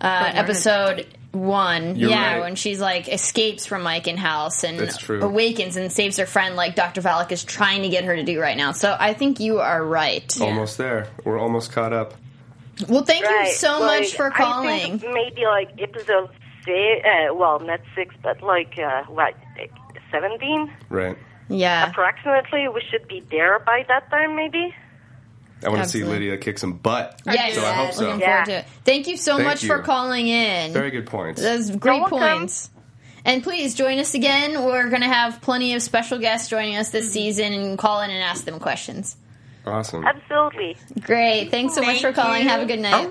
Speaker 1: uh, episode one.
Speaker 4: You're
Speaker 1: yeah,
Speaker 4: right.
Speaker 1: when she's like escapes from Mike and House and
Speaker 4: That's true.
Speaker 1: awakens and saves her friend, like Doctor Valak is trying to get her to do right now. So I think you are right.
Speaker 4: Almost there. We're almost caught up.
Speaker 1: Well, thank you
Speaker 6: Right,
Speaker 1: so
Speaker 6: like,
Speaker 1: much for
Speaker 6: I think
Speaker 1: calling.
Speaker 6: maybe like episode six, uh, well, not six, but like uh, what, seventeen
Speaker 1: Uh-huh.
Speaker 4: Right.
Speaker 1: Yeah,
Speaker 6: approximately. We should be there by that time, maybe.
Speaker 4: I want to see
Speaker 1: Absolutely.
Speaker 4: Lydia kick some butt.
Speaker 1: yes.
Speaker 4: So I hope so.
Speaker 1: Looking
Speaker 6: Yeah.
Speaker 1: forward to it. Thank you so
Speaker 4: Thank
Speaker 1: much
Speaker 4: you.
Speaker 1: for calling in.
Speaker 4: Very good points.
Speaker 1: Those great
Speaker 6: welcome.
Speaker 1: points. And please join us again. We're going to have plenty of special guests joining us this season and call in and ask them questions.
Speaker 4: Awesome.
Speaker 6: Absolutely.
Speaker 1: Great. Thanks so much
Speaker 2: Thank
Speaker 1: for calling.
Speaker 2: you.
Speaker 1: Have a good night.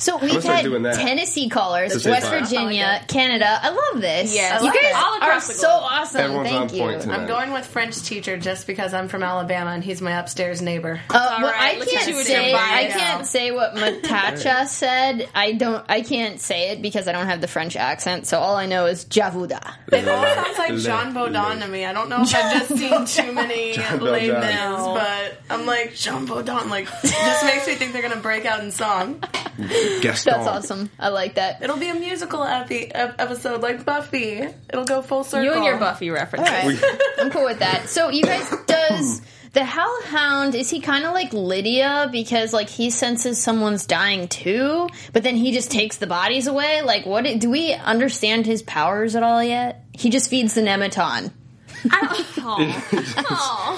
Speaker 1: So we've
Speaker 4: gonna Oh. start
Speaker 1: had
Speaker 4: doing that.
Speaker 1: Tennessee
Speaker 4: That's
Speaker 1: callers,
Speaker 4: a
Speaker 1: West
Speaker 4: good point.
Speaker 1: Virginia, Canada. Oh, I love this.
Speaker 3: Yes. I
Speaker 1: you
Speaker 3: love
Speaker 1: guys
Speaker 3: it. All
Speaker 1: are
Speaker 2: across the
Speaker 1: so
Speaker 2: globe.
Speaker 1: awesome.
Speaker 4: Everyone's
Speaker 1: Thank
Speaker 4: on
Speaker 1: you. Uh,
Speaker 4: point tonight.
Speaker 3: I'm going with French teacher just because I'm from Alabama and he's my upstairs neighbor.
Speaker 1: Uh, well, I
Speaker 2: All right, look at you
Speaker 1: can't
Speaker 2: with
Speaker 1: say
Speaker 2: your
Speaker 1: I
Speaker 2: bio.
Speaker 1: can't say what Matacha said. I don't. I can't say it because I don't have the French accent. So all I know is Javuda.
Speaker 3: It all sounds like Jean Baudin to me. I don't know if I've just seen too many
Speaker 4: Jean
Speaker 3: lame
Speaker 4: Baudin.
Speaker 3: names, but I'm like Jean Baudin. Like, just makes me think they're gonna break out in song.
Speaker 4: Gaston.
Speaker 1: That's awesome. I like that.
Speaker 3: It'll be a musical epi- ep- episode like Buffy. It'll go full circle.
Speaker 2: You and your Buffy references.
Speaker 4: [clears throat]
Speaker 1: All right. I'm cool with that. So you guys does The Hellhound is he kind of like Lydia because like he senses someone's dying too, but then he just takes the bodies away. Like, what do we understand his powers at all yet? He just feeds the nematon.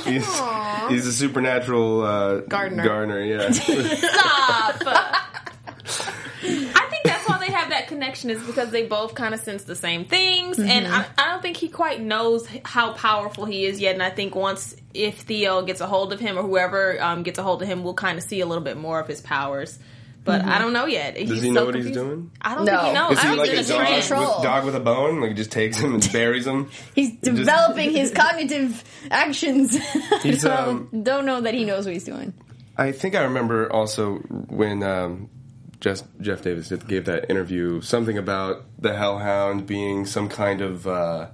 Speaker 4: He's, he's a supernatural uh,
Speaker 3: Gardener.
Speaker 4: Gardener, yeah.
Speaker 2: I think that's why they have that connection is because they both kind of sense the same things, and I,
Speaker 4: Mm-hmm.
Speaker 2: I don't think he quite knows how powerful he is yet. And I think once if Theo gets a hold of him or whoever um, gets a hold of him, we'll kind of see a little bit more of his powers. But
Speaker 4: Mm-hmm.
Speaker 2: I don't know yet.
Speaker 4: Does he know what he's doing?
Speaker 2: I don't
Speaker 3: No.
Speaker 2: think he
Speaker 1: Oh,
Speaker 2: knows.
Speaker 4: Is
Speaker 2: I
Speaker 4: he
Speaker 2: don't
Speaker 4: like
Speaker 2: think
Speaker 4: a
Speaker 2: he's
Speaker 4: dog with,
Speaker 1: control.
Speaker 4: dog with a bone? Like, just takes him and buries him?
Speaker 1: He's developing
Speaker 4: [laughs]
Speaker 1: his cognitive actions. [laughs]
Speaker 4: He's,
Speaker 1: so,
Speaker 4: um,
Speaker 1: don't know that he knows what he's doing.
Speaker 4: I think I remember also when um, just Jeff Davis did- gave that interview, something about the Hellhound being some kind of uh,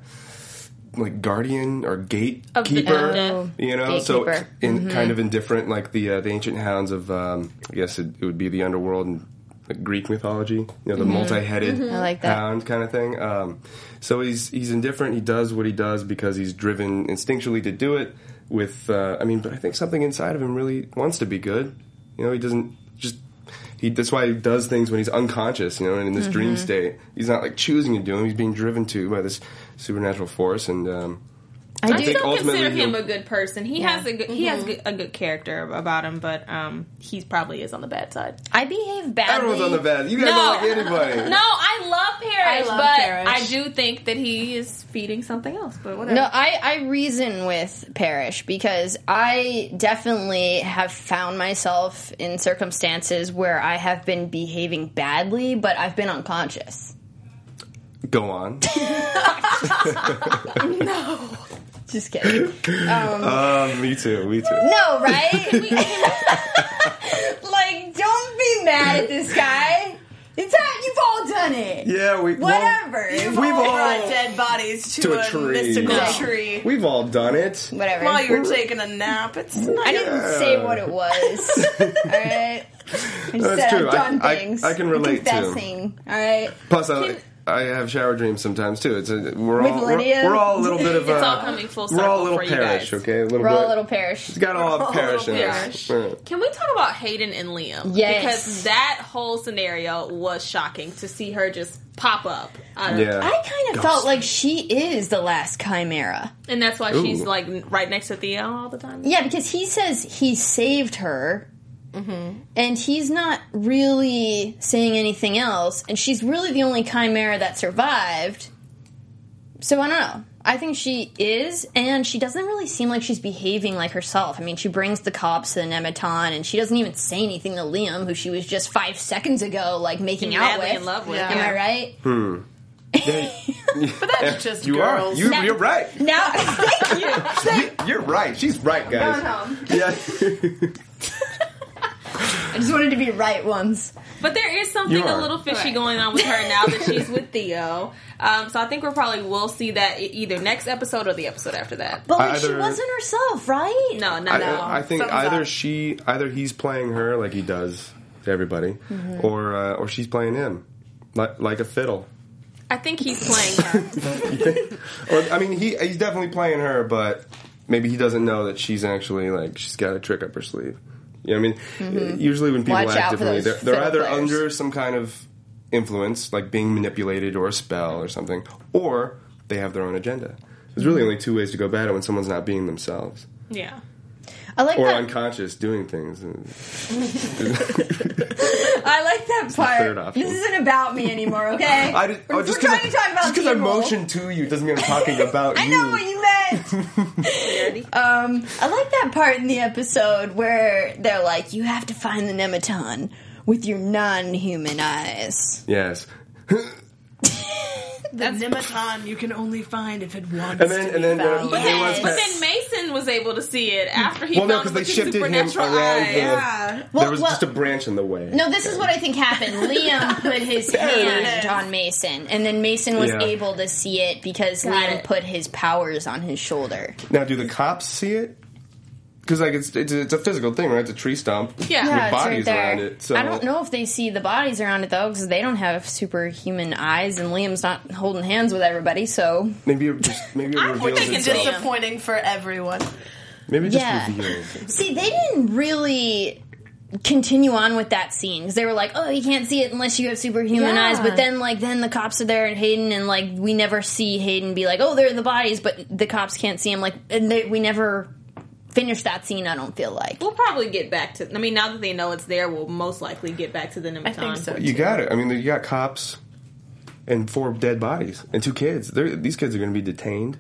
Speaker 4: like guardian or gatekeeper,
Speaker 2: Oh.
Speaker 4: you know. So
Speaker 1: Gatekeeper.
Speaker 4: in kind of indifferent, like the uh, the ancient hounds of, um, I guess it, it would be the underworld and like Greek mythology, you know, the multi-headed
Speaker 1: I like that.
Speaker 4: hound kind of thing. Um, so he's he's indifferent. He does what he does because he's driven instinctually to do it. With uh, I mean, but I think something inside of him really wants to be good. You know, he doesn't just he. That's why he does things when he's unconscious. You know, and in this dream state, he's not like choosing to do them. He's being driven to by this supernatural force. And um, I,
Speaker 2: I
Speaker 4: think
Speaker 2: still
Speaker 4: ultimately
Speaker 2: consider him
Speaker 4: he'll-
Speaker 2: a good person. He has a good, he has good,
Speaker 4: Mm-hmm.
Speaker 2: a good character about him, but um, he probably is on the bad side.
Speaker 1: I behave badly.
Speaker 4: everyone's on the bed. You guys
Speaker 2: No.
Speaker 4: don't like
Speaker 2: [laughs]
Speaker 4: anybody.
Speaker 2: No, I love Parrish,
Speaker 3: I love
Speaker 2: but
Speaker 3: Parrish.
Speaker 2: I do think that he is feeding something else. But whatever.
Speaker 1: No, I, I reason with Parrish because I definitely have found myself in circumstances where I have been behaving badly, but I've been unconscious.
Speaker 4: Go on.
Speaker 1: Just
Speaker 4: [laughs]
Speaker 1: kidding.
Speaker 4: um, me too. Me too.
Speaker 1: no, right? [laughs] like, don't be mad at this guy. It's not, you've all done it.
Speaker 4: Yeah, we well,
Speaker 1: Whatever.
Speaker 3: You've
Speaker 4: We've
Speaker 3: all
Speaker 4: all-
Speaker 3: brought dead bodies to,
Speaker 4: To a
Speaker 3: a,
Speaker 4: tree.
Speaker 3: mystical
Speaker 4: No.
Speaker 3: tree.
Speaker 4: we've all done it.
Speaker 1: Whatever.
Speaker 3: While
Speaker 4: [laughs]
Speaker 3: you were taking a nap, it's
Speaker 1: I
Speaker 3: nice.
Speaker 1: didn't say what it was.
Speaker 4: [laughs]
Speaker 1: all right. I just
Speaker 4: That's
Speaker 1: said
Speaker 4: true. I-
Speaker 1: I've done
Speaker 4: I-
Speaker 1: things.
Speaker 4: I can relate to.
Speaker 1: confessing. All right.
Speaker 4: Plus, I, I have shower dreams sometimes too. It's a, we're
Speaker 1: With
Speaker 4: all we're-
Speaker 1: Lydia?
Speaker 4: we're, all a little bit of a,
Speaker 2: It's all coming full
Speaker 4: we're all
Speaker 2: circle
Speaker 4: a little
Speaker 2: for you
Speaker 4: parish,
Speaker 2: guys.
Speaker 4: okay? A little
Speaker 1: We're all
Speaker 4: bit.
Speaker 1: a little parish.
Speaker 4: It's got all of parish in
Speaker 2: parish.
Speaker 4: it. Right.
Speaker 2: Can we talk about Hayden and Liam?
Speaker 1: Yes.
Speaker 2: Because that whole scenario was shocking to see her just pop up. Uh, out of-
Speaker 4: Yeah,
Speaker 1: I kind of felt like she is the last chimera.
Speaker 2: And that's why she's
Speaker 4: Ooh.
Speaker 2: like right next to Theo all the time.
Speaker 1: Yeah, because he says he saved her,
Speaker 2: Mm-hmm.
Speaker 1: and he's not really saying anything else, and she's really the only chimera that survived. So I don't know. I think she is, and she doesn't really seem like she's behaving like herself. I mean, she brings the cops to the Nematon, and she doesn't even say anything to Liam, who she was just five seconds ago like making out
Speaker 2: Madly
Speaker 1: with.
Speaker 2: in love with.
Speaker 1: Am I right?
Speaker 3: But that's just
Speaker 4: you are.
Speaker 3: girls.
Speaker 4: You, you're right.
Speaker 1: Now, [laughs] thank you.
Speaker 4: You're right. She's right, guys. Yeah. [laughs]
Speaker 1: I just wanted to be right once.
Speaker 2: But there is something
Speaker 4: You
Speaker 2: a
Speaker 4: are.
Speaker 2: little fishy going on with her now that she's
Speaker 3: [laughs]
Speaker 2: with Theo. Um, so I think we're probably will see that e- either next episode or the episode after that.
Speaker 1: But like, she
Speaker 4: Either-
Speaker 1: wasn't herself, right?
Speaker 2: No, no, no.
Speaker 4: I, I think
Speaker 3: Thumbs
Speaker 4: either
Speaker 3: up.
Speaker 4: she, either he's playing her like he does to everybody,
Speaker 1: Mm-hmm.
Speaker 4: or uh, or she's playing him like, like a fiddle.
Speaker 2: I think he's playing
Speaker 3: [laughs]
Speaker 2: her.
Speaker 4: Or I mean, he he's definitely playing her, but maybe he doesn't know that she's actually like she's got a trick up her sleeve. You know, what I mean, usually when people
Speaker 1: Mm-hmm. Watch
Speaker 4: act
Speaker 1: out for
Speaker 4: differently,
Speaker 1: those
Speaker 4: they're, they're
Speaker 1: fiddle
Speaker 4: either
Speaker 1: players.
Speaker 4: under some kind of influence, like being manipulated or a spell or something, or they have their own agenda. There's
Speaker 1: Mm-hmm.
Speaker 4: really only two ways to go about it when someone's not being themselves
Speaker 2: yeah.
Speaker 1: I like
Speaker 4: or
Speaker 1: that.
Speaker 4: unconscious doing things.
Speaker 1: I like that
Speaker 4: third
Speaker 1: part.
Speaker 4: option.
Speaker 1: This isn't about me
Speaker 4: [laughs]
Speaker 1: anymore, okay?
Speaker 4: I did,
Speaker 1: We're,
Speaker 4: oh, just
Speaker 1: we're
Speaker 4: 'cause
Speaker 1: trying to
Speaker 4: I-
Speaker 1: talk about
Speaker 4: just because I
Speaker 1: people.
Speaker 4: motioned to you doesn't mean I'm talking about
Speaker 1: [laughs] I
Speaker 4: you.
Speaker 1: know what you meant.
Speaker 4: [laughs]
Speaker 1: um, I like that part in the episode where they're like, "You have to find the nematon with your non-human eyes." [laughs]
Speaker 4: Yes. [laughs]
Speaker 3: the nematon you can only find if it wants
Speaker 4: And then,
Speaker 3: to
Speaker 4: and
Speaker 3: be
Speaker 4: then, there,
Speaker 3: found.
Speaker 4: there was
Speaker 1: Yes.
Speaker 2: But then Mason was able to see it after he
Speaker 4: Well, no,
Speaker 2: found it
Speaker 4: 'cause they
Speaker 2: with his
Speaker 4: shifted him
Speaker 2: supernatural
Speaker 4: around
Speaker 2: eye.
Speaker 4: the-
Speaker 2: Yeah.
Speaker 1: Well,
Speaker 4: there was
Speaker 1: well-
Speaker 4: just a branch in the way.
Speaker 1: No, this is what I think happened.
Speaker 4: [laughs]
Speaker 1: Liam put his hand on Mason, and then Mason was
Speaker 4: Yeah.
Speaker 1: able to see it because Liam
Speaker 2: it.
Speaker 1: put his powers on his shoulder.
Speaker 4: Now, do the cops see it? Because like it's, it's it's a physical thing, right? It's a tree stump.
Speaker 2: Yeah.
Speaker 4: with
Speaker 1: Yeah, it's
Speaker 4: bodies
Speaker 1: right there.
Speaker 4: around it. So
Speaker 1: I don't know if they see the bodies around it though, because they don't have superhuman eyes, and Liam's not holding hands with everybody. So
Speaker 4: Maybe it just maybe it reveals
Speaker 2: think
Speaker 3: It's
Speaker 2: it's
Speaker 4: itself.
Speaker 3: disappointing for everyone.
Speaker 4: Maybe just
Speaker 1: Yeah.
Speaker 4: revealed.
Speaker 1: See, they didn't really continue on with that scene 'cause they were like, "Oh, you can't see it unless you have superhuman
Speaker 2: Yeah.
Speaker 1: eyes." But then, like, then the cops are there and Hayden, and like, we never see Hayden be like, "Oh, they're the bodies," but the cops can't see him. Like, and they, we never finish that scene. I don't feel like.
Speaker 2: We'll probably get back to. I mean, now that they know it's there, we'll most likely get back to the Nematon.
Speaker 3: I think so.
Speaker 4: You got it. I mean, you got cops and four dead bodies and two kids. They're, these kids are going to be detained.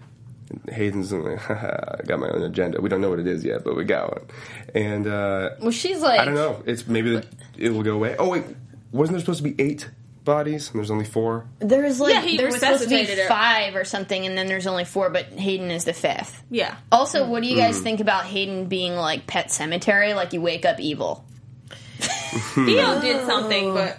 Speaker 4: Hayden's like, Haha, [laughs] I got my own agenda. We don't know what it is yet, but we got one. And uh,
Speaker 1: Well, she's like,
Speaker 4: I don't know. It's maybe the, it will go away. Oh wait, wasn't there supposed to be eight bodies and there's only four?
Speaker 1: There's like
Speaker 2: Yeah, he
Speaker 1: there's supposed to be
Speaker 2: resuscitated her.
Speaker 1: five or something, and then there's only four. But Hayden is the fifth.
Speaker 2: Yeah.
Speaker 1: Also, what do you
Speaker 4: Mm.
Speaker 1: guys think about Hayden being like Pet Cemetery? Like you wake up evil.
Speaker 4: Hmm.
Speaker 2: Theo did something, but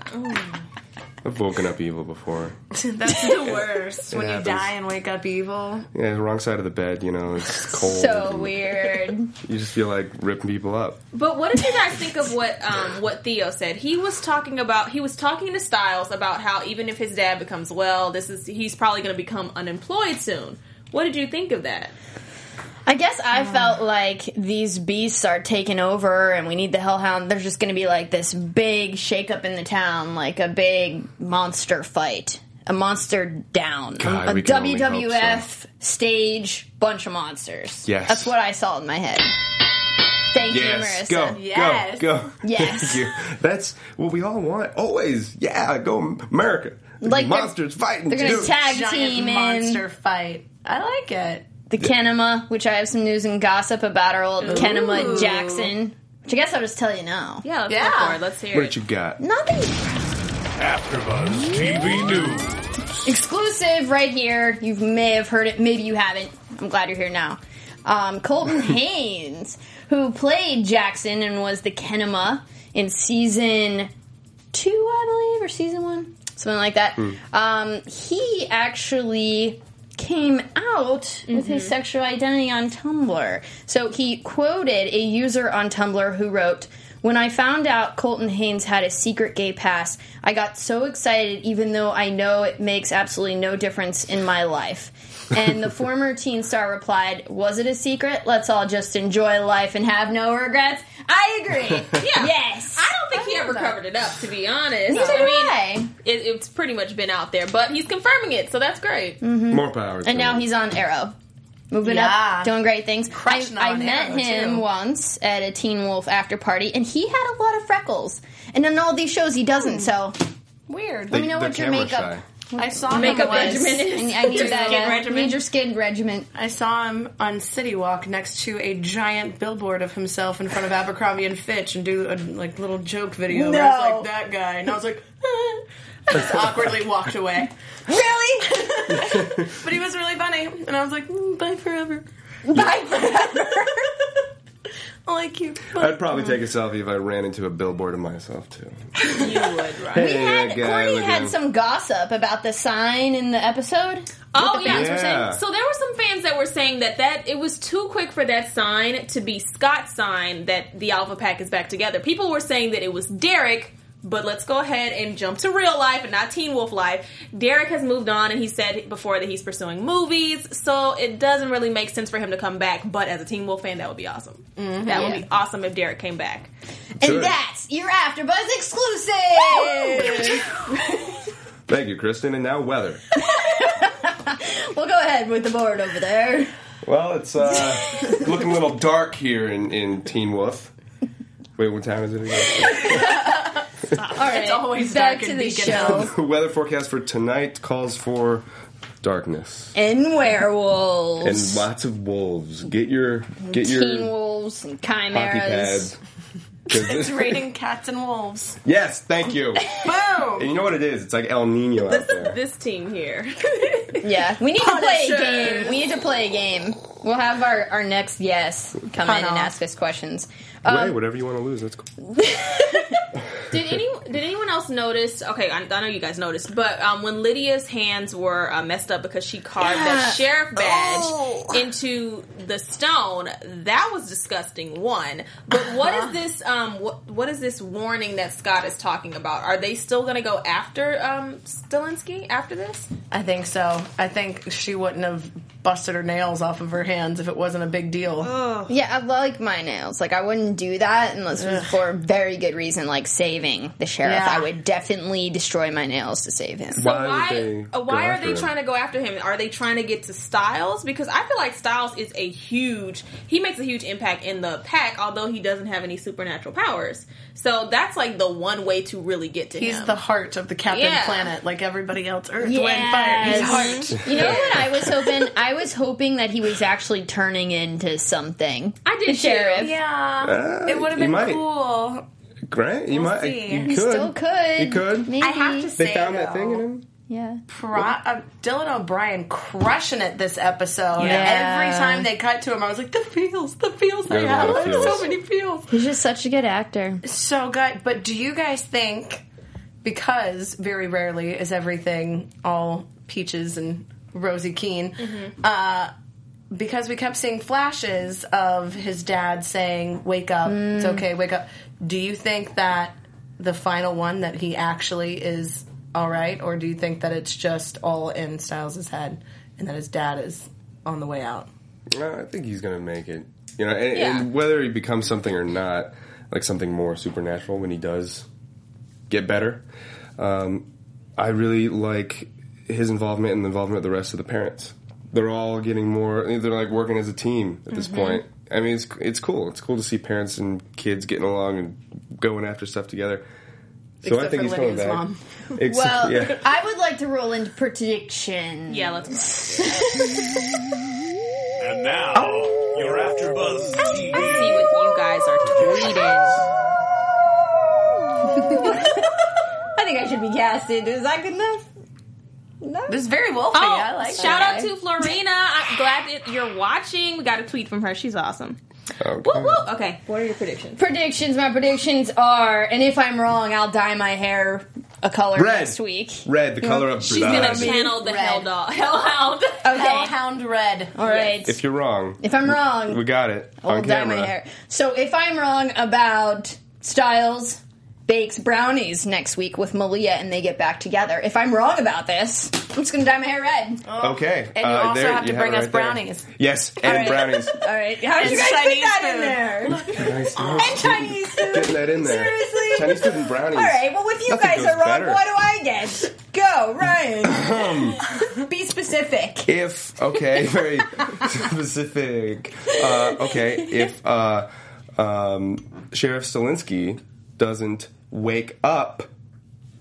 Speaker 4: I've woken up evil before.
Speaker 3: [laughs] That's the worst
Speaker 4: [laughs]
Speaker 3: when
Speaker 4: It
Speaker 3: you
Speaker 4: happens.
Speaker 3: die and wake up evil.
Speaker 4: Yeah, the wrong side of the bed. You know, it's cold.
Speaker 1: So
Speaker 4: and
Speaker 1: weird.
Speaker 4: You just feel like ripping people up.
Speaker 2: But what did you guys think of what um, what Theo said? He was talking about he was talking to Styles about how even if his dad becomes well, this is he's probably going to become unemployed soon. What did you think of that?
Speaker 1: I guess I felt like these beasts are taking over and we need the Hellhound. There's just going to be like this big shakeup in the town, like a big monster fight, a monster down, a-
Speaker 4: God,
Speaker 1: a,
Speaker 4: we can only hope
Speaker 1: WWF stage bunch of monsters.
Speaker 4: Yes.
Speaker 1: That's what I saw in my head. Thank
Speaker 4: Yes,
Speaker 1: you,
Speaker 4: go,
Speaker 1: Marissa.
Speaker 3: Yes.
Speaker 4: go, go.
Speaker 1: Yes.
Speaker 4: [laughs] Thank you. That's what we all want. Always, yeah, go America.
Speaker 1: Like they're-
Speaker 4: monsters fighting.
Speaker 1: They're going
Speaker 4: dude.
Speaker 1: to tag
Speaker 3: Giant
Speaker 1: team in
Speaker 3: monster fight. I like it.
Speaker 1: the Kenema, which I have some news and gossip about our old Kenema Jackson, which I guess I'll just tell you now.
Speaker 2: Yeah, let's
Speaker 3: Yeah.
Speaker 2: go for it. Let's hear
Speaker 4: What
Speaker 2: it.
Speaker 4: you got?
Speaker 1: Nothing
Speaker 9: AfterBuzz TV News.
Speaker 1: exclusive right here. You may have heard it, maybe you haven't. I'm glad you're here now. Um, Colton Haynes, who played Jackson and was the Kenema in season two, I believe, or season one, something like that. Um, he actually came out with
Speaker 2: Mm-hmm.
Speaker 1: his sexual identity on Tumblr. So he quoted a user on Tumblr who wrote, when I found out Colton Haynes had a secret gay pass, I got so excited, even though I know it makes absolutely no difference in my life. And the former teen star replied, Was it a secret? Let's all just enjoy life and have no regrets. I agree.
Speaker 2: Yeah.
Speaker 1: Yes.
Speaker 2: I don't think he ever covered it up, to be honest.
Speaker 1: Neither
Speaker 2: I
Speaker 1: do
Speaker 2: mean,
Speaker 1: I.
Speaker 2: it, it's pretty much been out there, but he's confirming it, so that's great.
Speaker 4: More power.
Speaker 1: Mm. And now he's on Arrow. Moving
Speaker 3: Yeah.
Speaker 1: up, doing great things. I,
Speaker 3: Crushing
Speaker 1: I
Speaker 3: on
Speaker 1: met
Speaker 3: Arrow,
Speaker 1: him
Speaker 3: too.
Speaker 1: once at a Teen Wolf after party, and he had a lot of freckles. And in all these shows, he doesn't, so
Speaker 3: Weird.
Speaker 1: let me know what your makeup
Speaker 3: I saw
Speaker 2: Makeup
Speaker 3: him once.
Speaker 2: regimen
Speaker 3: [laughs]
Speaker 2: is.
Speaker 1: I need
Speaker 2: Your
Speaker 1: that.
Speaker 2: skin
Speaker 1: uh,
Speaker 2: regimen.
Speaker 1: Need your skin regimen.
Speaker 3: I saw him on City Walk next to a giant billboard of himself in front of Abercrombie and Fitch and do a like little joke video. where it's
Speaker 1: No.
Speaker 3: like that guy, and I
Speaker 4: [laughs]
Speaker 3: was like, [laughs] "Ah." I just awkwardly walked away.
Speaker 1: Really?
Speaker 3: [laughs] But he was really funny, and I was like, mm, "Bye forever."
Speaker 1: Bye forever.
Speaker 3: [laughs] I like you. Bye.
Speaker 4: I'd probably take a selfie if I ran into a billboard of myself too.
Speaker 2: You
Speaker 4: [laughs]
Speaker 2: would, right?
Speaker 1: We
Speaker 4: Hey,
Speaker 1: had
Speaker 4: that guy,
Speaker 1: Courtney
Speaker 4: look at
Speaker 1: had
Speaker 4: him.
Speaker 1: some gossip about the sign in the episode.
Speaker 2: Oh
Speaker 1: the
Speaker 2: yeah.
Speaker 1: fans
Speaker 4: were saying? Yeah.
Speaker 2: So there were some fans that were saying that that it was too quick for that sign to be Scott's sign that the Alpha Pack is back together. People were saying that it was Derek, but let's go ahead and jump to real life and not Teen Wolf life. Derek has moved on, and he said before that he's pursuing movies, so it doesn't really make sense for him to come back. But as a Teen Wolf fan, that would be awesome. That would be awesome if Derek came back.
Speaker 4: Sure.
Speaker 1: And that's your AfterBuzz exclusive.
Speaker 4: Thank you, Kristen. And now weather.
Speaker 1: we'll go ahead with the board over there.
Speaker 4: well,
Speaker 1: [laughs]
Speaker 4: it's uh, looking a little dark here in, in Teen Wolf. Wait, what time is it again? [laughs]
Speaker 1: All right,
Speaker 3: always
Speaker 1: back
Speaker 3: dark
Speaker 1: to
Speaker 3: in
Speaker 1: the
Speaker 3: Beacon
Speaker 1: show.
Speaker 4: The weather forecast for tonight calls for darkness
Speaker 1: and
Speaker 4: and
Speaker 1: werewolves,
Speaker 4: lots of wolves. Get your get your
Speaker 1: teen wolves, and [laughs]
Speaker 4: hockey
Speaker 1: chimeras.
Speaker 4: pads. 'Cause
Speaker 3: It's
Speaker 4: this-
Speaker 3: raining cats and wolves.
Speaker 4: yes, thank you. And
Speaker 3: Boom.
Speaker 4: you know what it is? It's like El Nino out
Speaker 2: [laughs]
Speaker 4: there.
Speaker 2: This team here.
Speaker 1: Yeah, we need to play a
Speaker 3: Punishers.
Speaker 1: game. We need to play a game. We'll have our, our next yes come in and
Speaker 3: Pun-off.
Speaker 1: ask us questions.
Speaker 4: Hey, whatever you want to lose, that's cool.
Speaker 2: Did any did anyone else notice? Okay, I, I know you guys noticed, but um, when Lydia's hands were uh, messed up because she carved that sheriff badge into the stone, that was disgusting. One, but what is this? Um, what what is this warning that Scott is talking about? Are they still going to go after um Stilinski after this?
Speaker 3: I think so. I think she wouldn't have busted her nails off of her hands if it wasn't a big deal.
Speaker 1: Yeah, I like my nails. Like I wouldn't do that unless it was for a very good reason, like saving the sheriff.
Speaker 3: Yeah.
Speaker 1: I would definitely destroy my nails to save him.
Speaker 2: So
Speaker 4: Why would they
Speaker 2: why uh,
Speaker 4: go
Speaker 2: why are
Speaker 4: after
Speaker 2: they
Speaker 4: him?
Speaker 2: trying to go after him? Are they trying to get to Styles? Because I feel like Styles is a huge he makes a huge impact in the pack, although he doesn't have any supernatural powers. So that's like the one way to really get to
Speaker 3: He's
Speaker 2: him.
Speaker 3: the heart of the Captain
Speaker 2: Yeah.
Speaker 3: Planet, like everybody else. Earth, wind, fire. He's heart.
Speaker 1: You know what I was hoping? I was hoping that he was actually turning into something.
Speaker 2: I did
Speaker 1: the sheriff.
Speaker 2: too.
Speaker 3: Yeah, [laughs]
Speaker 4: Ah,
Speaker 3: it would have
Speaker 4: you
Speaker 3: been
Speaker 4: might.
Speaker 3: cool.
Speaker 4: Grant, you might.
Speaker 3: see.
Speaker 4: You
Speaker 3: You
Speaker 4: could.
Speaker 1: Still could.
Speaker 4: You could.
Speaker 1: Maybe.
Speaker 3: I have to say,
Speaker 4: They found that
Speaker 3: though,
Speaker 4: thing in him.
Speaker 1: Yeah.
Speaker 3: Pro- uh, Dylan O'Brien crushing it this episode.
Speaker 1: Yeah.
Speaker 3: Every time they cut to him, I was like, the feels, the feels they
Speaker 4: There's a lot
Speaker 3: have.
Speaker 4: of
Speaker 3: There's so
Speaker 4: feels.
Speaker 3: many feels.
Speaker 1: He's just such a good actor.
Speaker 3: So good. But do you guys think, because very rarely is everything all peaches and rosy keen,
Speaker 2: Mm-hmm.
Speaker 3: uh, because we kept seeing flashes of his dad saying, wake up, it's
Speaker 2: Mm.
Speaker 3: okay, wake up. Do you think that the final one, that he actually is all right? Or do you think that it's just all in Styles' head and that his dad is on the way out?
Speaker 4: No, Uh, I think he's gonna make it. You know, and,
Speaker 2: Yeah.
Speaker 4: and whether he becomes something or not, like something more supernatural when he does get better. Um, I really like his involvement and the involvement of the rest of the parents. They're all getting more. They're like working as a team at this point. I mean, it's it's cool. It's cool to see parents and kids getting along and going after stuff together. So I
Speaker 3: Except
Speaker 4: think
Speaker 3: for
Speaker 4: he's coming
Speaker 3: Lydia's
Speaker 4: back.
Speaker 3: mom.
Speaker 4: Except,
Speaker 1: Well, [laughs]
Speaker 4: yeah.
Speaker 1: Oh, I would like to roll into prediction.
Speaker 2: [laughs] Yeah, let's
Speaker 9: [laughs] And now, your After Buzz TV.
Speaker 2: see what you guys are tweeting.
Speaker 1: I think I should be casted. Is that good enough?
Speaker 3: This is very wolfy.
Speaker 2: Oh,
Speaker 3: I like
Speaker 2: shout
Speaker 3: that.
Speaker 2: out to Florina. I'm glad that you're watching. We got a tweet from her. She's awesome.
Speaker 4: Okay.
Speaker 2: Woo, woo. Okay. What are your predictions?
Speaker 1: Predictions. My predictions are, and if I'm wrong, I'll dye my hair a color
Speaker 4: Red.
Speaker 1: next week.
Speaker 4: Red, the color of
Speaker 2: She's
Speaker 9: Uh,
Speaker 2: gonna
Speaker 4: blood.
Speaker 2: channel the
Speaker 1: Red.
Speaker 2: hell dog [laughs] hellhound.
Speaker 1: Okay.
Speaker 3: Hellhound Red.
Speaker 1: All right.
Speaker 4: If you're wrong,
Speaker 1: If I'm wrong,
Speaker 4: we got it
Speaker 1: I'll
Speaker 4: on
Speaker 1: dye my
Speaker 4: camera.
Speaker 1: hair. So if I'm wrong about Styles bakes brownies next week with Malia and they get back together, if I'm wrong about this, I'm just gonna dye my hair red.
Speaker 3: Oh.
Speaker 1: All
Speaker 4: Okay.
Speaker 3: And you
Speaker 4: Uh,
Speaker 3: also
Speaker 4: there-
Speaker 3: have to
Speaker 4: you
Speaker 3: bring
Speaker 4: it
Speaker 3: us
Speaker 4: right there.
Speaker 3: brownies.
Speaker 4: Yes, and
Speaker 1: right.
Speaker 4: [laughs] brownies.
Speaker 1: right. How did you
Speaker 3: It's
Speaker 1: guys put
Speaker 3: Chinese
Speaker 1: that in
Speaker 3: food.
Speaker 1: there?
Speaker 4: [laughs] Nice,
Speaker 1: And Chinese food.
Speaker 4: Getting that in [laughs] there.
Speaker 1: Seriously.
Speaker 4: Chinese food and brownies.
Speaker 1: All right. Well, if you
Speaker 4: Nothing
Speaker 1: guys
Speaker 4: goes
Speaker 1: are wrong,
Speaker 4: better.
Speaker 1: what do I get? Go, Ryan.
Speaker 4: Um,
Speaker 1: Be specific.
Speaker 4: If okay, [laughs] very specific. Uh, okay, if uh, um, Sheriff Stalinsky doesn't wake up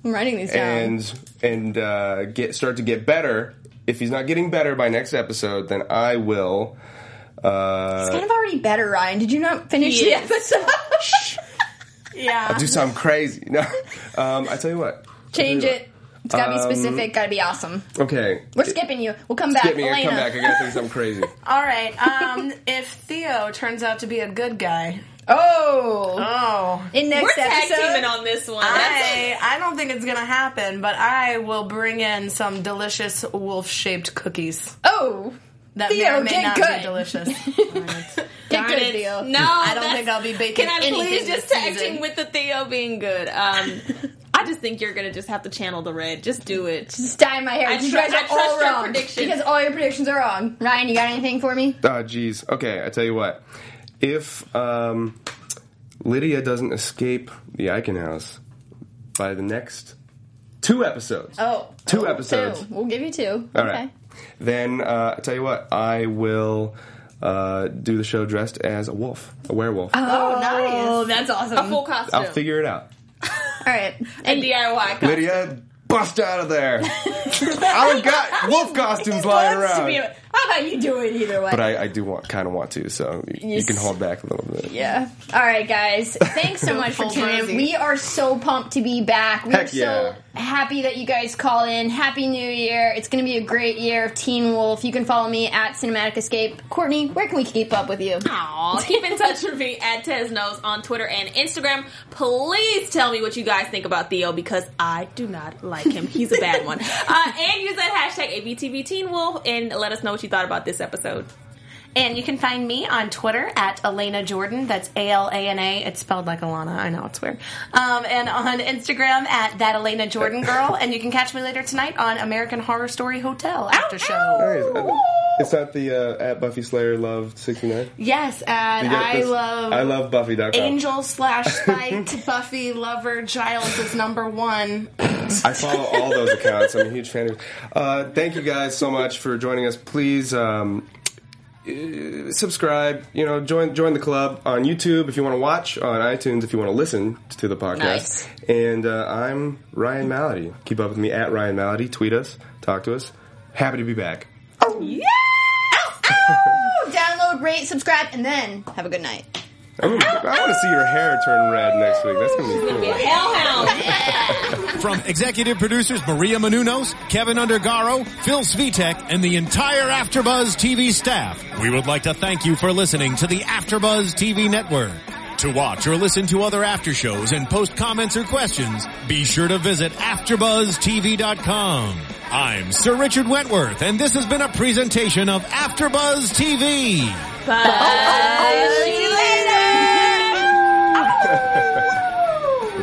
Speaker 1: I'm writing these down.
Speaker 4: and and uh, get start to get better, if he's not getting better by next episode, then I will.
Speaker 1: it's
Speaker 4: Uh,
Speaker 1: kind of already better, Ryan. Did you not finish
Speaker 2: Yes.
Speaker 1: the [laughs] episode?
Speaker 3: Yeah.
Speaker 4: do something crazy. [laughs] No, um, I tell you what.
Speaker 1: Change
Speaker 4: Yeah.
Speaker 1: it. It's gotta be
Speaker 4: Um,
Speaker 1: specific. Gotta be awesome.
Speaker 4: Okay,
Speaker 1: We're skipping you. We'll come back.
Speaker 4: get me. I
Speaker 1: Elena.
Speaker 4: come back. I gotta think something crazy.
Speaker 3: All right. Um, [laughs] if Theo turns out to be a good guy,
Speaker 1: Oh,
Speaker 3: oh,
Speaker 1: in
Speaker 2: We're
Speaker 1: next
Speaker 2: tag teaming
Speaker 1: episode.
Speaker 2: on this one.
Speaker 3: I I don't think it's gonna happen. But I will bring in some delicious wolf shaped cookies
Speaker 1: Oh,
Speaker 3: that may
Speaker 1: Theo,
Speaker 3: or may
Speaker 1: get
Speaker 3: not
Speaker 1: good.
Speaker 3: be [laughs] delicious.
Speaker 1: get
Speaker 2: Darn
Speaker 1: good
Speaker 2: it.
Speaker 1: deal.
Speaker 2: No, I
Speaker 3: don't think I'll be baking
Speaker 2: Can I
Speaker 3: anything
Speaker 2: please
Speaker 3: this
Speaker 2: just tag
Speaker 3: season.
Speaker 2: team with the Theo being good? [laughs] Um, I just think you're gonna just have to channel the red. Just do it.
Speaker 1: Just dye my hair.
Speaker 2: I
Speaker 1: you
Speaker 2: tru-
Speaker 1: guys
Speaker 2: I
Speaker 1: are all
Speaker 2: trust your
Speaker 1: wrong
Speaker 2: prediction.
Speaker 1: because all your predictions are wrong. Ryan, you got anything for me?
Speaker 4: [laughs] Ah, jeez. Okay, I tell you what. If um, Lydia doesn't escape the Icon House by the next two episodes,
Speaker 1: Oh,
Speaker 4: Two
Speaker 1: Oh,
Speaker 4: episodes.
Speaker 1: Two. We'll give you two.
Speaker 4: all
Speaker 1: okay.
Speaker 4: right, then uh, I tell you what, I will uh, do the show dressed as a wolf, a werewolf.
Speaker 1: Oh, nice. that's awesome.
Speaker 2: Full costume.
Speaker 4: I'll figure it out.
Speaker 1: all right.
Speaker 2: and DIY costume.
Speaker 4: Lydia, bust out
Speaker 1: [laughs]
Speaker 4: of there! I've got wolf costumes lying
Speaker 1: Wants to be
Speaker 4: around.
Speaker 1: a- How about you do it either way?
Speaker 4: But I, I do want, kind of want to, so you, you can hold back a little bit.
Speaker 1: Yeah. All right, guys. Thanks so much for
Speaker 3: Full
Speaker 1: tuning in.
Speaker 3: Rosie.
Speaker 1: We are so pumped to be back. We are
Speaker 4: Heck yeah.
Speaker 1: so happy that you guys call in. Happy New Year. It's going to be a great year of Teen Wolf. You can follow me at Cinematic Escape. Courtney, where can we keep up with
Speaker 4: [laughs]
Speaker 1: you?
Speaker 2: Aw, keep in touch with me at Tesnos on Twitter and Instagram. Please tell me what you guys think about Theo because I do not like him. He's a bad [laughs] one. Uh, and use that hashtag ABTV Teen Wolf and let us know what you thought about this episode.
Speaker 3: and you can find me on Twitter at Elena Jordan. That's A L A N A. It's spelled like Alana. I know it's weird. Um, and on Instagram at that Elena Jordan girl. And you can catch me later tonight on American Horror Story Hotel after show.
Speaker 4: Hey, It's not the uh, at Buffy Slayer Love 69.
Speaker 3: Yes, and I love
Speaker 4: I love Buffy.com.
Speaker 3: Angel slash Spike [laughs] Buffy lover Giles is number one.
Speaker 4: I follow all those accounts. I'm a huge fan of. Uh, thank you guys so much for joining us. Please um, uh, subscribe. You know, join join the club on YouTube if you want to watch, on iTunes if you want to listen to the podcast.
Speaker 1: Nice.
Speaker 4: And uh, I'm Ryan Malady. Keep up with me at Ryan Malady. Tweet us. Talk to us. Happy to be back.
Speaker 1: Ow, ow! Download, rate, subscribe, and then have a good night.
Speaker 4: I'm gonna- I want to see your hair turn red next week. That's gonna be cool.
Speaker 2: Hellhound.
Speaker 9: From executive producers Maria Manunos, Kevin Undergaro, Phil Svitek, and the entire Afterbuzz TV staff, we would like to thank you for listening to the Afterbuzz TV network. To watch or listen to other after shows and post comments or questions, be sure to visit AfterbuzzTV.com. I'm Sir Richard Wentworth, and this has been a presentation of Afterbuzz TV.
Speaker 10: The